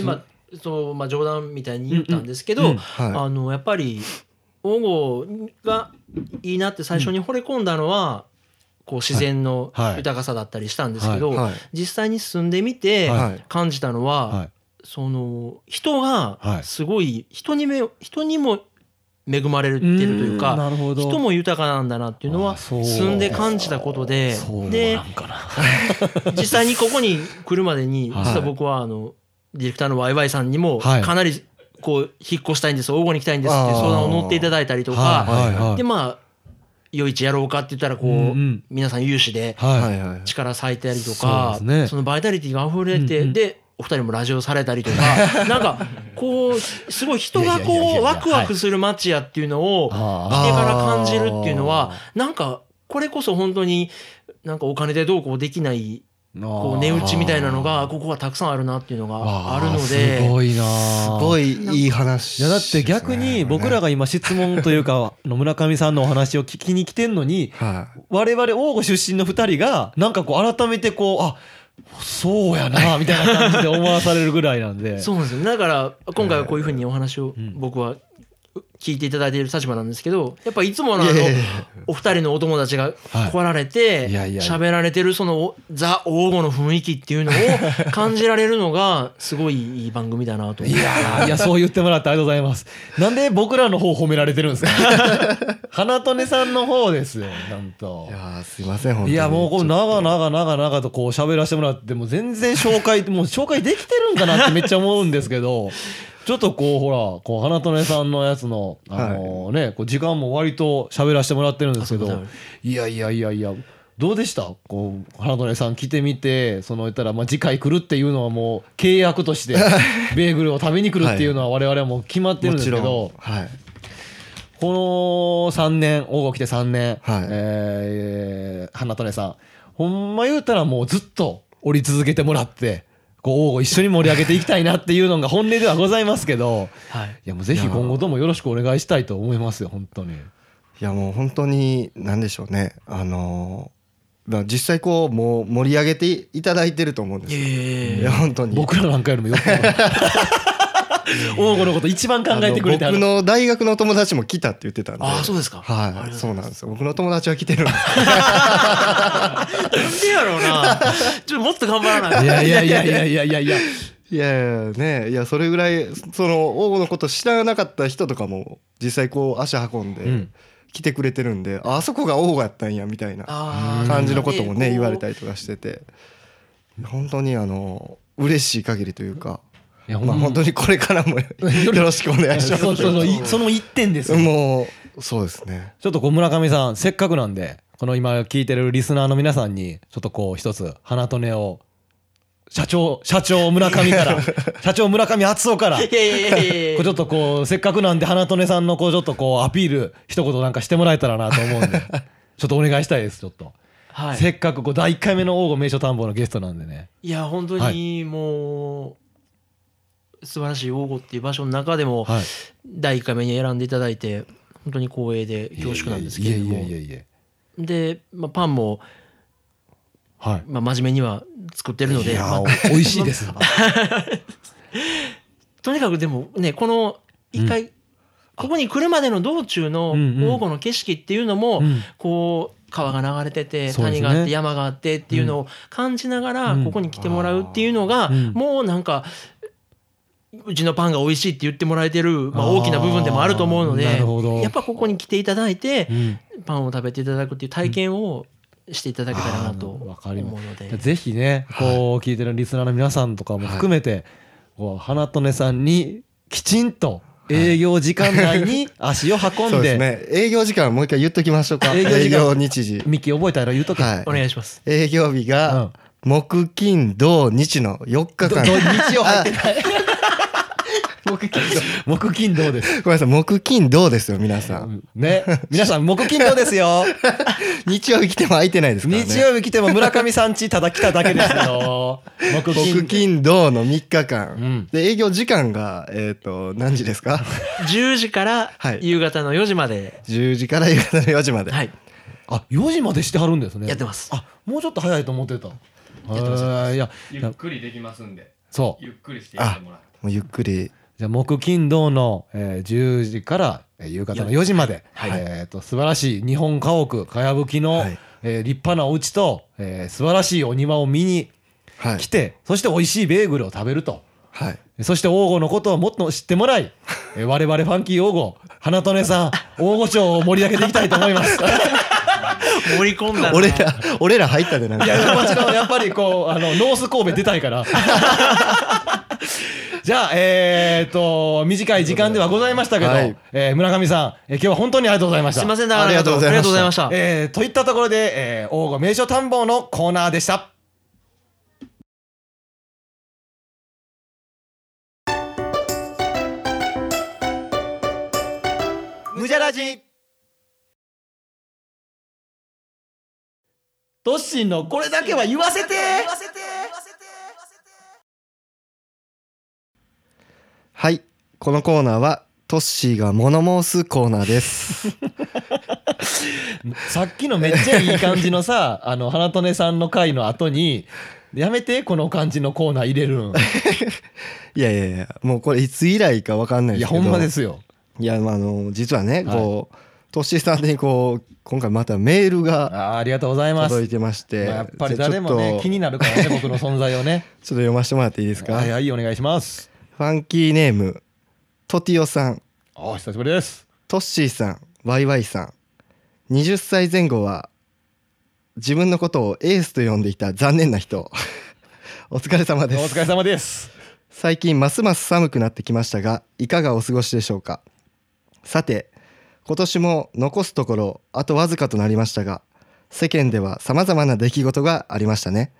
でまあそうまあ冗談みたいに言ったんですけど、うんうんはあのやっぱり王吾がいいなって最初に惚れ込んだのは、こう自然のはい豊かさだったりしたんですけど、いはい実際に住んでみてはい感じたのは、はいその人はがいすごい人にめ人にも恵まれてるといううんか。なるほど人も豊かなんだなっていうのあはそう住んで感じたことでそうでなんかな実際にここに来るまでに実はいは僕はあのディレクターのワイワイさんにもはいかなりこう引っ越したいんです大郷に行きたいんですっていう相談を乗っていただいたりとかはいはいはいでまあ夜市やろうかって言ったらこうんううん皆さん有志ではいはいはい力割いたりとかそうですねそのバイタリティが溢れうてんうんでお二人もラジオされたりとか なんかこうすごい人がいやいやいやいこやうワクワクする街やっていうのをあ来てからあー感じるっていうのはなんかこれこそ本当になんかお金でどうこうできないこう値打ちみたいなのがここがたくさんあるなっていうのがあるのあーすでごいなすーごいいい話いやだって逆に僕らが、が今質問というか野村上さんのお話を聞きに来てんのにはい我々王吾出身の2人がなんかこう改めてこうあそうやなみたいな感じで思わされるぐらいなんで そうなんですよだから今回はこういうふうにお話をうん僕は聞いていただいている立場なんですけどやっぱいつものあいのやいやいやお二人のお友達が来られていいやいやいや喋られてるそのおザ・王吾の雰囲気っていうの を感じられるのがすごいいい番組だなと思いってやーいやそう言ってもらってありがとうござい ますなんで僕らの方褒められてるんですか 花とねさんの方ですよなんといやーすいません本当いにやもうこうちょっ長々長々とこう喋らせてもらっても全然紹介 もう紹介できてるんかなってめっちゃ思うんですけどちょっとこうほらこう花とねさんのやつのあのねこう時間も割と喋らせてもらってるんですけあそうどだいやいやいやいやどうでしたこう花とねさん来てみてその言ったらまあ次回来るっていうのはもう契約と してベーグルを食べに来るっていうのは我々はもう決まってるんですけもちろどんはいこの3年大垣来て3年、はいえー花とねさんほんま言うたらもうずっと降り続けてもらってこう大垣一緒に盛り上げていきたいなっていうのが本音ではございますけどはいいやもうぜひ今後ともよろしくお願いしたいと思いますよ本当に。いやもう本当に何でしょうねあのーだから実際こうもう盛り上げていただいてると思うんですよいえや本当に僕らなんかよりもよっぽ ど王吾のこと一番考えてくれてあはのる僕の大学の友達も来たって言ってたんでああそうですかありはがというございますそうなんですよ僕の友達は来てるんですなんでやろう なちょっともっと頑張らないいやいやいやいやいやいやいやいやいやねいやそれぐらいその王吾のこと知らなかった人とかも実際こう足運んうでん来てくれてるんで、ああそこが王吾やったんやみたいなあー感じのこともね言われたりりとかしてて本当にあの嬉しい限りというか、いやほんままあ、本当にこれからもよろしくお願いしまそうそうそういその一点ですすよもうそうですねちょっとこう村上さんせっかくなんでこの今聞いてるリスナーの皆さんにちょっとこう一つ花とねを社長 社長村上から社長村上敦夫からこいやいやいやいやうちょっと こうせっかくなんで花とねさんのこうちょっとこうアピール一言なんかしてもらえたらなと思 うんでちょっとお願いしたいですちょっと、はいせっかくこう第1回目の王吾名所探訪のゲストなんでねいや本当はにもう、素晴らしい王吾っていう場所の中でも、はい第1回目に選んでいただいて本当に光栄で恐縮なんですけれどいやもいやいやいやで、まあ、パンも、はいまあ、真面目には作ってるのいで、や まあー美味しいですとにかくでもねこの一回、ここに来るまでの道中のうんうん王吾の景色っていうのも、うんこう川が流れてて、そうですね谷があって山があってっていうのを感じながら、うんここに来てもらうっていうのが、うんもうなんかうちのパンが美味しいって言ってもらえてる、まあ、あー大きな部分でもあると思うのでなるほどやっぱここに来ていただいてうんパンを食べていただくっていう体験をしていただけたらなとうん思あーわかうりまので。ぜひね、こう聞いてるリスナーの皆さんとかも含めて、こう花とねさんにきちんと営業時間内に足をそ運んうですで、ね営業時間もう一回言っときましょうか営営業業時間日時ミキ覚えたら言うとけ。はいお願いします。営業日が木金土日の4日ど間ど日曜入ってない。木金土木金土です。ごめんなさい木金土ですよ皆さんね、皆さん木金土ですよ。日曜日来ても空いてないですからね日曜日来ても村上さん家ただ来ただけですよ。木木金金土の3日間、うんで営業時間がえっ、と何時ですか10時からはい夕方の4時まで、 10時から夕方の4時まで、はい、あ、4時までしてはるんですね。やってますあ、もうちょっと早いと思ってた。ってますあーいや、いゆやっくりできますんでそう。ゆっくりしてやってもらうもうゆっくりじゃあ木金土の、えー10時から、えー夕方の4時まで、はいえー、と素晴らしい日本家屋かやぶきの、はいえー立派なお家と、えー素晴らしいお庭を見にはい来て、そして美味しいベーグルを食べるとはいそして王吾のことをもっと知ってもらい、えー、我々ファンキー王吾花とねさん王吾町を盛り上げていきたいと思います。盛り込んだな 俺ら俺ら入ったでなんかいや、もちろんやっぱりこう、あの、ノース神戸出たいから。 じゃあ、えー、っと、短い時間ではございましたけど、はいえー村上さん、えー今日は本当にありがとうございました。すいません、だからありがとうございましたありがとうございました。えーといったところで、えー、王吾名所探訪のコーナーでした。無ジャラジトッシーのこれだけは言わせてはいこのコーナーはトッシーが物申すコーナーですさっきのめっちゃいい感じの さあの花とねさんの回の後にやめてこの感じのコーナー入れるんいやいやいやもうこれいつ以来か分か んないいでやすけどほんまですよいやまああの実はねはいこう、トッシーさんにこう今回またメールがあーありがとうございます、届いてまして、まあやっぱり誰もねじゃあちょっと気ちょっになるからね僕の存在 をねと読ませてもらっていいですか、はいはいお願いしますファンキーネームトティオさんあお久しぶりですトッシーさんワイワイさん20歳前後は自分のことをエースと呼んでいた残念な人 お疲れ様おです疲れ様です最近ますます寒くなってきましたがいかがお過ごしでしょうかさて今年も残すところあとわずかとなりましたが世間では様々な出来事がありましたね、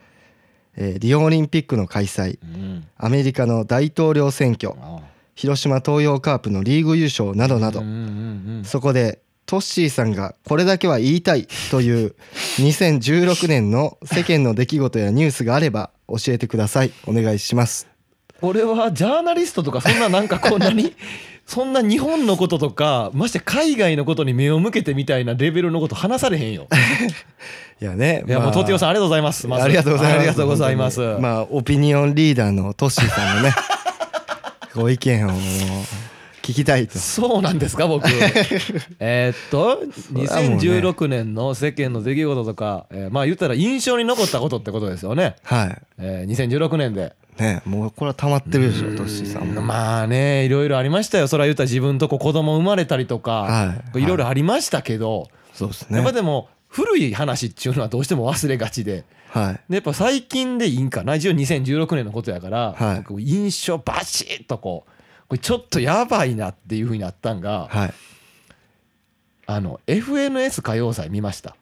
えーリオオリンピックの開催うんアメリカの大統領選挙あ広島東洋カープのリーグ優勝などなーどうんうんうんそこでトッシーさんがこれだけは言いたいという2016年の世間の出来事やニュースがあれば教えてくださいお願いしますこれはジャーナリストとかそんななんかこん なにそんな日本のこととかまして海外のことに目を向けてみたいなレベルのこと話されへんよ。いやねいやもうトテオさんんありがとうございます。ずありがとうございますありがとうございます。本当にまあオピニオンリーダーのトッシーさ んのねご意見を聞きたいとそうなんです か僕えーっとれはもうね2016年の世間の出来事とか、えーまあ言ったら印象に残ったことってことですよね、はえー2016年でいねもうこれは溜まってるでしょトッシーさんもまあねいろいろありましたよそれは言ったら自分とこ子供生まれたりとか、はいいろいろありましたけど、そうですやねっぱでも古い話っていうのはどうしても忘れがちではいでやっぱ最近でいいんかな一応2016年のことやから、はい僕印象バシッとこうこれちょっとやばいなっていうふうになったんが、はいあの FNS 歌謡祭見ました、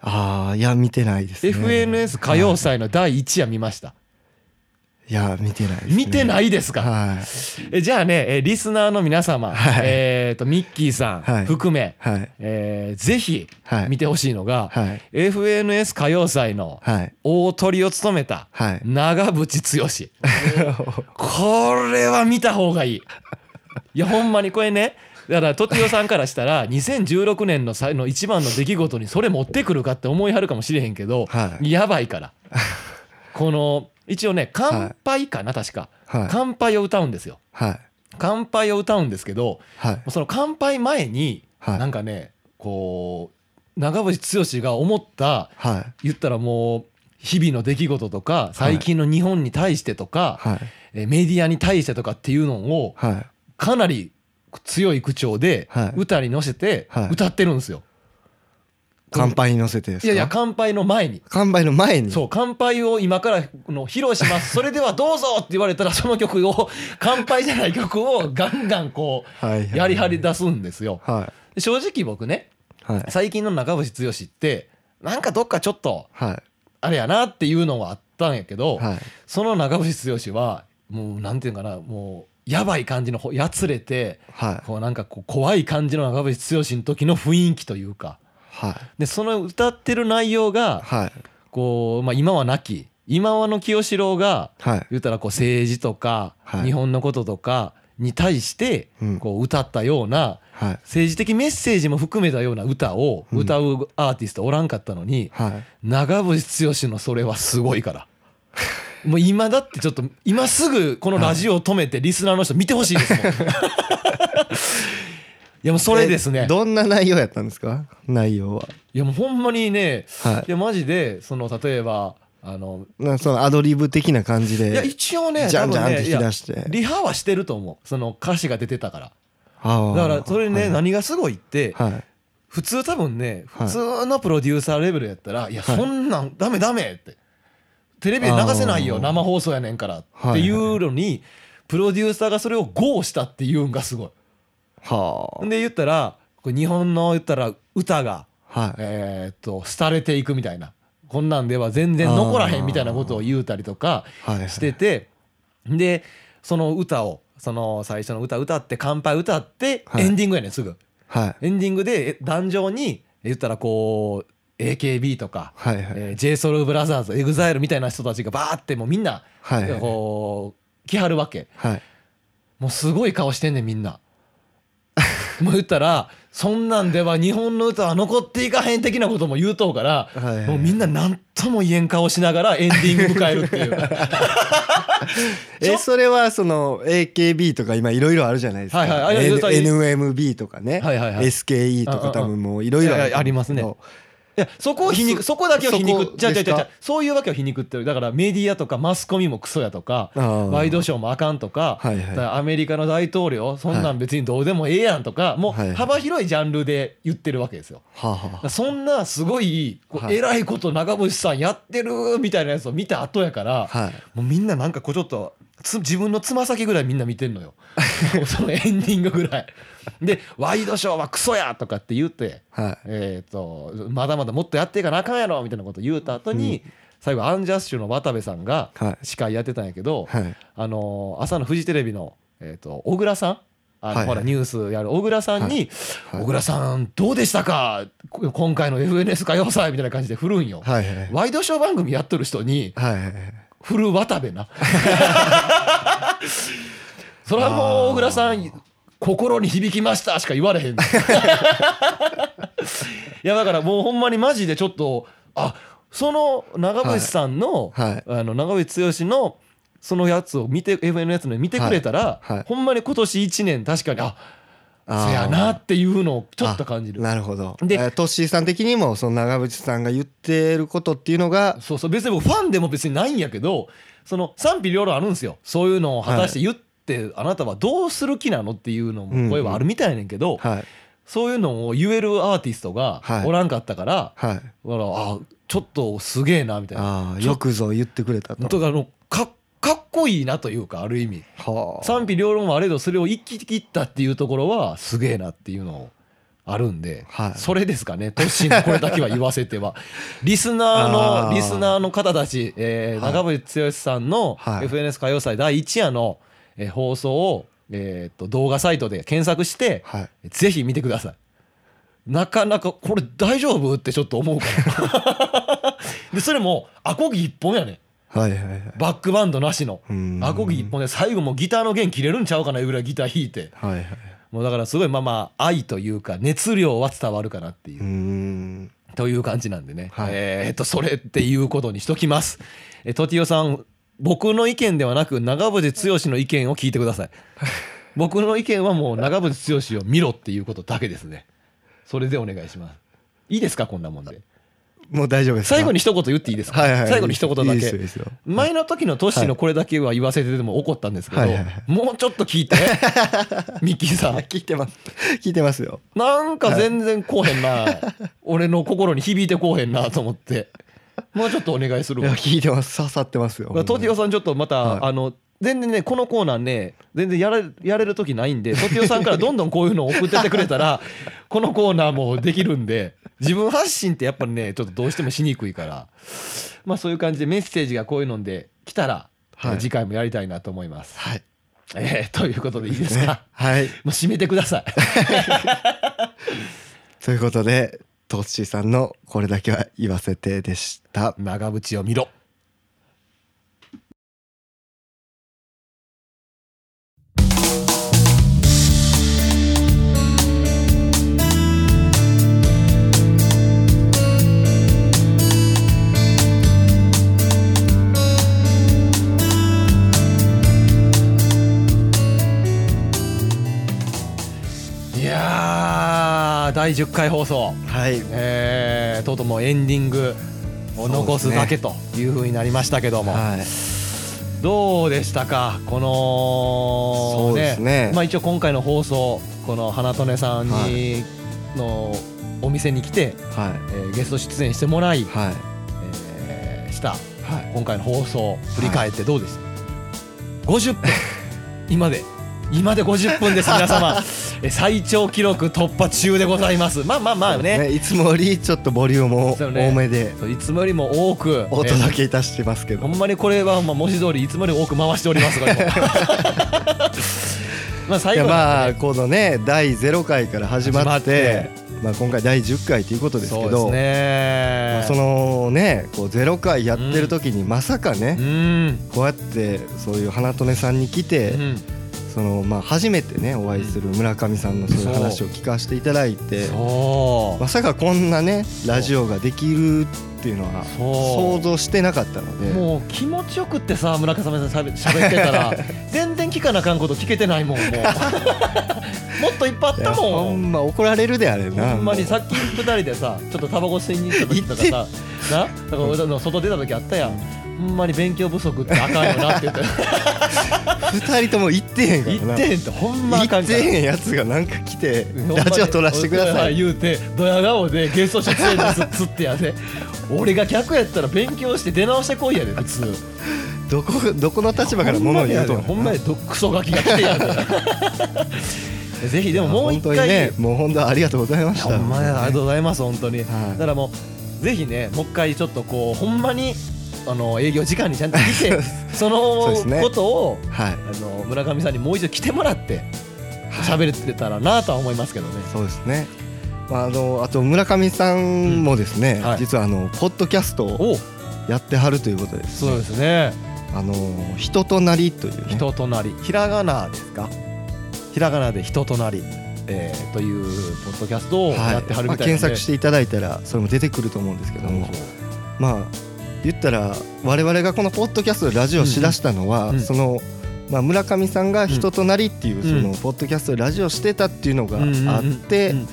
ああいや見てないですね FNS 歌謡祭の第1夜見ました、いや見てないですね見てないですか、はいえじゃあねえリスナーの皆様、はいえー、とミッキーさんはい含め、はいえーぜひはい見てほしいのが、はい FNS 歌謡祭のはい大トリを務めたはい長渕剛これは見た方がいいいやほんまにこれねだからとちおさんからしたら2016年のさの一番の出来事にそれ持ってくるかって思いはるかもしれへんけど、はいやばいからこの一応ね乾杯かな確か、はい乾杯を歌うんですよはい乾杯を歌うんですけどはいその乾杯前に、はいなんかねこう長渕剛が思ったはい言ったらもう日々の出来事とか最近の日本に対してとか、はいえーメディアに対してとかっていうのをはいかなり強い口調ではい歌に乗せてはい歌ってるんですよ。乾杯に乗せてですかいやいや乾杯の前に乾杯の前にそう乾杯を今からの披露しますそれではどうぞって言われたらその曲を 乾杯じゃない曲をガンガンこはいはいうやり張り出すんですよ。はで正直僕ねいはい最近の中渕剛ってなんかどっかちょっとはいあれやなっていうのはあったんやけど、はいその長渕剛はもうなんていうのかなもうやばい感じのほやつれてはいこうなんかこう怖い感じの長渕剛の時の雰囲気というかはいでその歌ってる内容がはいこう、まあ、今はなき今はの清志郎がはい言ったらこう政治とかはい日本のこととかに対してうんこう歌ったようなはい政治的メッセージも含めたような歌をうん歌うアーティストおらんかったのにはい長渕剛のそれはすごいから。もう今だってちょっと今すぐこのラジオを止めてリスナーの人見てほしいですも ん。いやもうそれですねえ。どんな内容やったんですか内容はいやもうほんまにね、はいいやマジでその例えばあのなそのアドリブ的な感じでいや一応ねじゃ多んじゃんって分ねい引きや出してリハはしてると思う。その歌詞が出てたから。あーだからそれねはい何がすごいってはい普通多分ねはい普通のプロデューサーレベルやったらいやはいそんなんダメダメってテレビで流せないあよー生放送やねんからはいっていうのにプロデューサーがそれをゴーしたっていうんがすごい。はで言ったらこれ日本の言ったら歌があはいえーっと廃れていくみたいなこんなんでは全然残らへんみたいなことを言うたりとかはいはいしててでその歌をその最初の歌歌って乾杯歌ってはいエンディングやねんすぐ。はいエンディングでえ壇上に言ったらこう AKB とか、はいはい、えー、JSOULBROTHERS、EXILE みたいな人たちがバーってもうみんなはいはいこう来はるわけはいもうすごい顔してんねんみ んな。もう言ったらそんなんでは日本の歌は残っていかへん的なことも言うとうから、はいはいもうみんな何とも言えん顔しながらエンディング迎えるっていうえそれはその AKB とか今いろいろあるじゃないですか、はいはいあいや N- 絶対 NMB とかね、はいはいはい SKE とか多分もういろいろいやいやありますねいやそこを皮肉そこだけを皮そ肉こじゃじゃですじゃかじゃそういうわけを皮肉ってるだからメディアとかマスコミもクソやとかあーワイドショーもあかんとか,、はいはいアメリカの大統領そんなん別にどうでもええやんとか、もはいはうい幅広いジャンルで言ってるわけですよ。はあ、はだからそんなすごいこうはい偉いこと長渕さんやってるみたいなやつを見た後やから、あ、はいもうみんななんかこうちょっとつ自分のつま先ぐらいみんな見てんのよ そのエンディングぐらいで「ワイドショーはクソや!」とかって言って、はいえー、とまだまだもっとやっていかなあかんやろみたいなこと言うた後に、最後アンジャッシュの渡部さんがはい司会やってたんやけど、はいあのー朝のフジテレビの、えー、と小倉さんあの、はいほらニュースやる小倉さんに「はい小倉さんどうでしたかこ今回の FNS 歌謡祭」みたいな感じで振るんよ。はいはいワイドショー番組やっとる人にはいはいはい振る渡部な それはもう小倉さん心に響きましたしか言われへん いやだからもうほんまにマジでちょっとあその長渕さんの、はいはいあの長渕剛のそのやつを見て FN のやつの見てくれたら、はいはいほんまに今年1年確かにああーせやなっていうのをちょっと感じるなるほどででトッシーさん的にもその長渕さんが言ってることっていうのがそうそう別に僕ファンでも別にないんやけどその賛否両論あるんですよそういうのを果たして言って、あなたはどうする気なのっていうのも声はあるみたいやねんけど、はいそういうのを言えるアーティストがはいおらんかったから、はいだからあちょっとすげえなみたいな。ああよくぞ言ってくれたととかあのかかっこいいなというかある意味はあ賛否両論はあれどそれを生き切ったっていうところはすげえなっていうのあるんで、はいそれですかねトッシーのこれだけは言わせて はリスナーあのーリスナーの方たち、えーはい長渕剛さんのはい FNS 歌謡祭第1夜の、えー放送を、えー、と動画サイトで検索して、はいぜひ見てください。なかなかこれ大丈夫ってちょっと思うから。 でそれもアコギ一本やねはいはいはいバックバンドなしのうんアコギ一本で最後もうギターの弦切れるんちゃうかないうぐらいギター弾いてはいはいもうだからすごいまあまあ愛というか熱量は伝わるかなっていうーう、んという感じなんでね、はいえーっとそれっていうことにしときますえときおさん僕の意見ではなく長渕剛の意見を聞いてくだ さい僕の意見はもう長渕剛を見ろっていうことだけですねそれでお願いしますいいですかこんなもんでもう大丈夫ですか最後に一言言っていいですか、はいはい 最後に一言だけいいですよいいですよ前の時のトッシーのこれだけは言わせてでも怒ったんですけど、はいはいはいもうちょっと聞 いてミッキーさん聞いてます聞いてますよなんか全然こうへんな、俺の心に響いてこうへんなと思ってもうちょっとお願いするいやわ聞いてます刺さってますよトティオさんちょっとまた、はいあの全然ねこのコーナーね全然やれやれる時ないんでトティオさんからどんどんこういうのを送ってってくれ たらこのコーナーもできるんで自分発信ってやっぱりねちょっとどうしてもしにくいからまあそういう感じでメッセージがこういうので来たら、はい次回もやりたいなと思います。はいえーということでいい ですかはいもう締めてください。ということでトッシーさんのこれだけは言わせてでした長渕を見ろいやー第10回放送はいえーとうとうもうエンディングを残すだけというふうになりましたけども、はいどうでしたかこのそうですねまあ、一応今回の放送この花とねさんに、はのお店に来て、はえーゲスト出演してもらいい、はいえーしたはい今回の放送振り返ってどうでした、50分 今で今で50分です皆様えー最長記録突破中でございますまあまあまあねね、いつもよりちょっとボリュームをそうね多めでそういつもよりも多くお届けいたしてますけほど、んまにこれはまあ文字通りいつもより多く回しておりますこれ もまあい最や後まあこのね第0回から始まって始まってまあ、今回第10回ということですけそうですどまあねそのねこう0回やってる時にまさかね、うんこうやってそういう花とねさんに来て、うんそのまあ、初めてねお会いする村上さんのそういう話を聞かせていただいてそうまさかこんなねラジオができるっていうのはそう想像してなかったのでもう気持ちよくってさ村上さんしゃべ喋ってた ら全然聞かなあかんこと聞けてないもん もうもっといっぱいあっいやたほもんんま怒られるであれなほんまにもうさっき二人でさちょっとタバコ吸いに行った時とかさなだから俺らの外出た時あったやんほんまに勉強不足ってあかんよな って言って二人とも行ってへんから言なってへんってほんまあか行んっかてらへんやつがなんか来てほんまにラジオ撮らせてください言うてドヤ顔でゲスト出演ですっつっ てやで俺が客やったら勉強して出直してこいやで普通どこどこの立場から物を言うとはほんまやでほんまやでどクソガキが来てや るぜひでももう本一当回にねもう本当ありがとうございまいやしほたんまやありがとうございます本当に、はいだからもうぜひねもう一回ちょっとこうほんまにあの営業時間にちゃんと来 てそそうのですねことを、はいあの村上さんにもう一度来てもらって喋れてたらなとは思いますけどねそうですねまああのあと村上さんもですね、うんはい実はあのポッドキャストをおやってはるということですそうですねあの人となりという、ね、人となりひらがなですかひらがなで人となり、えーというポッドキャストをはいやってはるまみあ、たい検なんで、索していただいたらそれも出てくると思うんですけどもそうそうまあ言ったら我々がこのポッドキャストでラジオをしだしたのは、うんうんその、まあ、村上さんが「人となり」っていう、うんそのポッドキャストでラジオしてたっていうのがあって、うんうんうん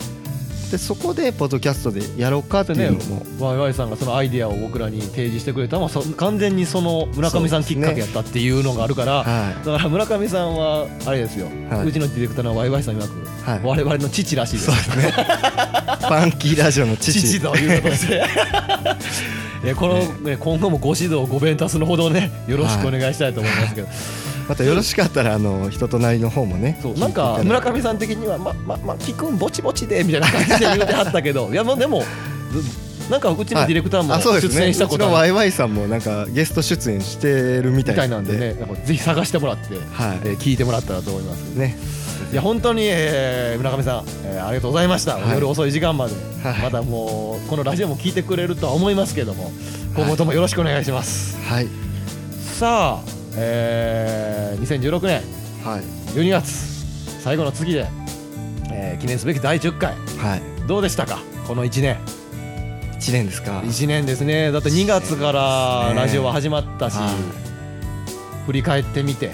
でそこでポッドキャストでやろうかっていうのも、ワイワイさんがそのアイディアを僕らに提示してくれたのはそ完全にその村上さんきっかけやったっていうのがあるから、はだから村上さんはあれですよ、はいうちのディレクターのワイワイさん曰く、い、はい、我々の父らしいですそうです ねファンキーラジオの父父ということ でえこの、ね、今後もご指導ご鞭達のほどねよろしくお願いしたいと思いますけど、またよろしかったらあの人となりの方もねそう聞いてなんかいただいて村上さん的にはままま聞くんぼちぼちでみたいな感じで言うてはったけどいやもうでもずなんかうちのディレクターもあそうですね出演したことうちあるのワイワイさんもなんかゲスト出演してるみたみたいいななんんででね、なんかぜひ探してもらって、はいえー聞いてもらったらと思います。ねいや本当に、えー村上さん、えーありがとうございました、はい夜遅い時間まで、はいまたもうこのラジオも聞いてくれるとは思いますけども今後ともよろしくお願いします、はいさあ、えー2016年はい12月最後の月で、えー記念すべき第10回はいどうでしたかこの1年1年ですか1年ですねだって2月からラジオは始まったし、はい振り返ってみて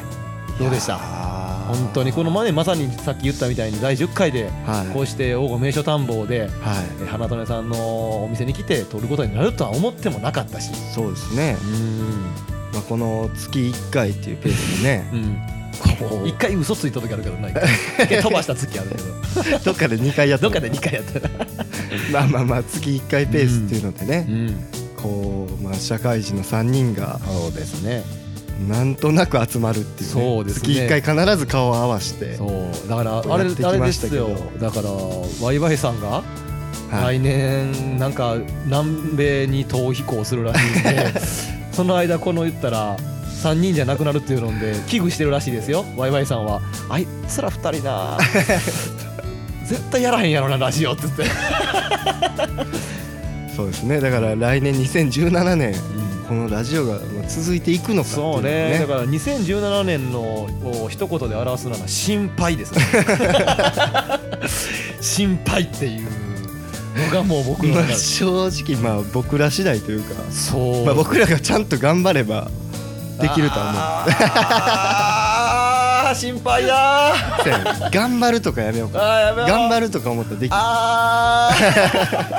どうでした本本当にこの前まさにさっき言ったみたいに第10回ではいこうして王金名所探訪ではえー花留さんのお店に来て撮ることになるとは思ってもなかったしいそうですねう、んまあ、この月1回っていうペースでねこ一回嘘ついた時あるけど な一回一回飛ばした月あ るけどう どっかで2回やってどっかで2回やったまあらまあまあ月1回ペースっていうのでね、こうまあ社会人の3人がそうですねなんとなく集まるっていう,、そうですね月1回必ず顔を合わせてそうだからちょっとあれやってあきれでましたすけどよだからワイワイさんがはい来年なんか南米に逃避行するらしいん でその間この言ったら3人じゃなくなるっていうので危惧してるらしいですよワイワイさんはあいつら2人な 絶対やらへんやろなラジオって言って、そうですねだから来年2017年このラジオがまあ続いていくのかっていうのそうがねねだから2017年のを一言で表すなら心配 ですね心配っていうのがもう僕まのあ中で正直まあ僕ら次第というか、そう、まあ、僕らがちゃんと頑張ればできるとはあー心配だー思うせやね頑張るとかやめようかあーやめよう頑張るとか思ったらできあー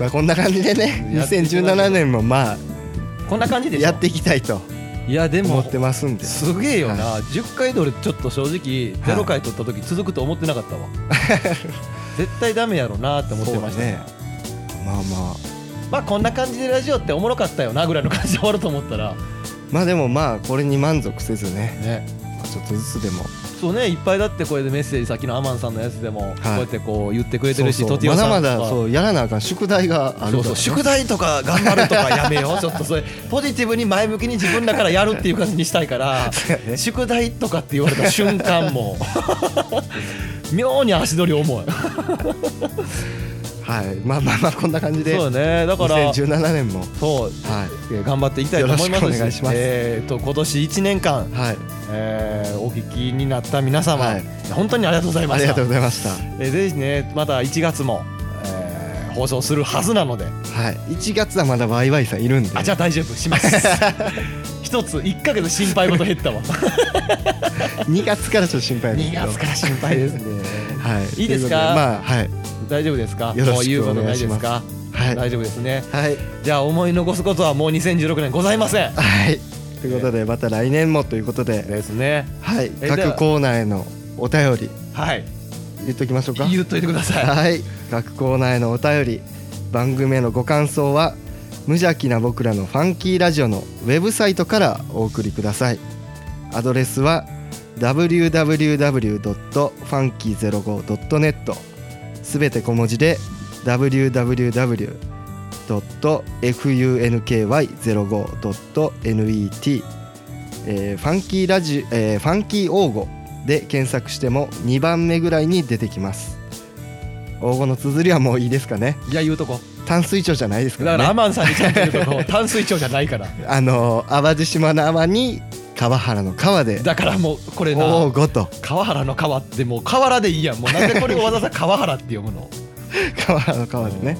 まあこんな感じでねやっていきましょう2017年もまあこんな感じでしょやっていきたいといやで思もってますんですげえよな、10回で俺ちょっと正直はい0回取った時続くと思ってなかったわ絶対ダメやろなって思ってましそた、うねまあまあまあこんな感じでラジオっておもろかったよなぐらいの感じで終わると思ったらまあでもまあこれに満足せずねねまあちょっとずつでもそうねいっぱいだってこれでメッセージ先のアマンさんのやつでもこうやってこう言ってくれてるし、そうトそうティまオさだんまだとかそうやらなあかん宿題があるから、ね、そうそう宿題とか頑張るとかやめよう ちょっとそれポジティブに前向きに自分だからやるっていう感じにしたいから、ね宿題とかって言われた瞬間もう妙に足取り重い はいまあまあまあこんな感じでそうねだから2017年もそうはいえー頑張っていきたいと思いますよろしくお願いしますえーと今年1年間、はいえーお聞きになった皆様、はい本当にありがとうございまあしりたがとうございましたえーぜひねまた1月も、えー放送するはずなのではい1月はまだワイワイさんいるんであじゃあ大丈夫します 一つ1ヶ月心配事減ったわ2月からちょっと心配です2けど月から心配ですねはいいいですかとうことまあはい大丈夫ですかよろもうし言うくこおとな願いいしでますすかはい大丈夫ですねはいじゃあ思い残すことはもう2016年ございませんはいということでまた来年もということでですねはいえでは各コーナーへのお便りはい言っときましょうか言っといてくださいはい各コーナーへのお便り番組へのご感想は無邪気な僕らのファンキーラジオのウェブサイトからお送りくださいアドレスは www.funky05.net すべて小文字で www.funky05.net、えーファンキーラジ、えーファンキー応募で検索しても2番目ぐらいに出てきます黄金の綴りはもういいですかねじゃあ言うとこ淡水町じゃないですかだらねからアマンさんにちゃんと言うとこ淡水町じゃないからあの淡路島の泡に川原の川でだからもうこれ黄な金と川原の川ってもう河原でいいやんもうなんでこれをわざわざ川原って読むの川原の川でね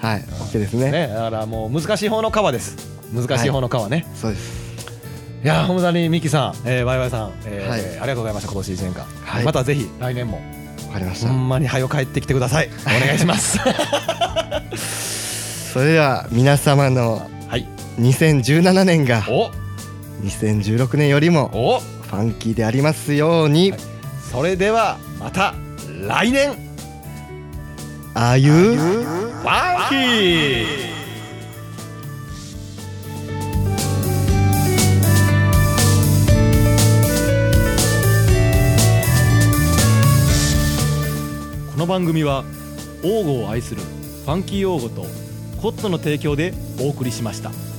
はい OK ですねねだからもう難しい方の川です難しい方の川ね、そうですい、やー本当にミキさん、えー、ワイワイさん、えーはいありがとうございました今年一年間、はいまたぜひ来年もわかりましほた、んまに早く帰ってきてくださいお願いします それでは皆様のはい2017年がお2016年よりもおファンキーでありますように、はいそれではまた来年ああいうワンキーこの番組は王語を愛するファンキー王語とコットの提供でお送りしました。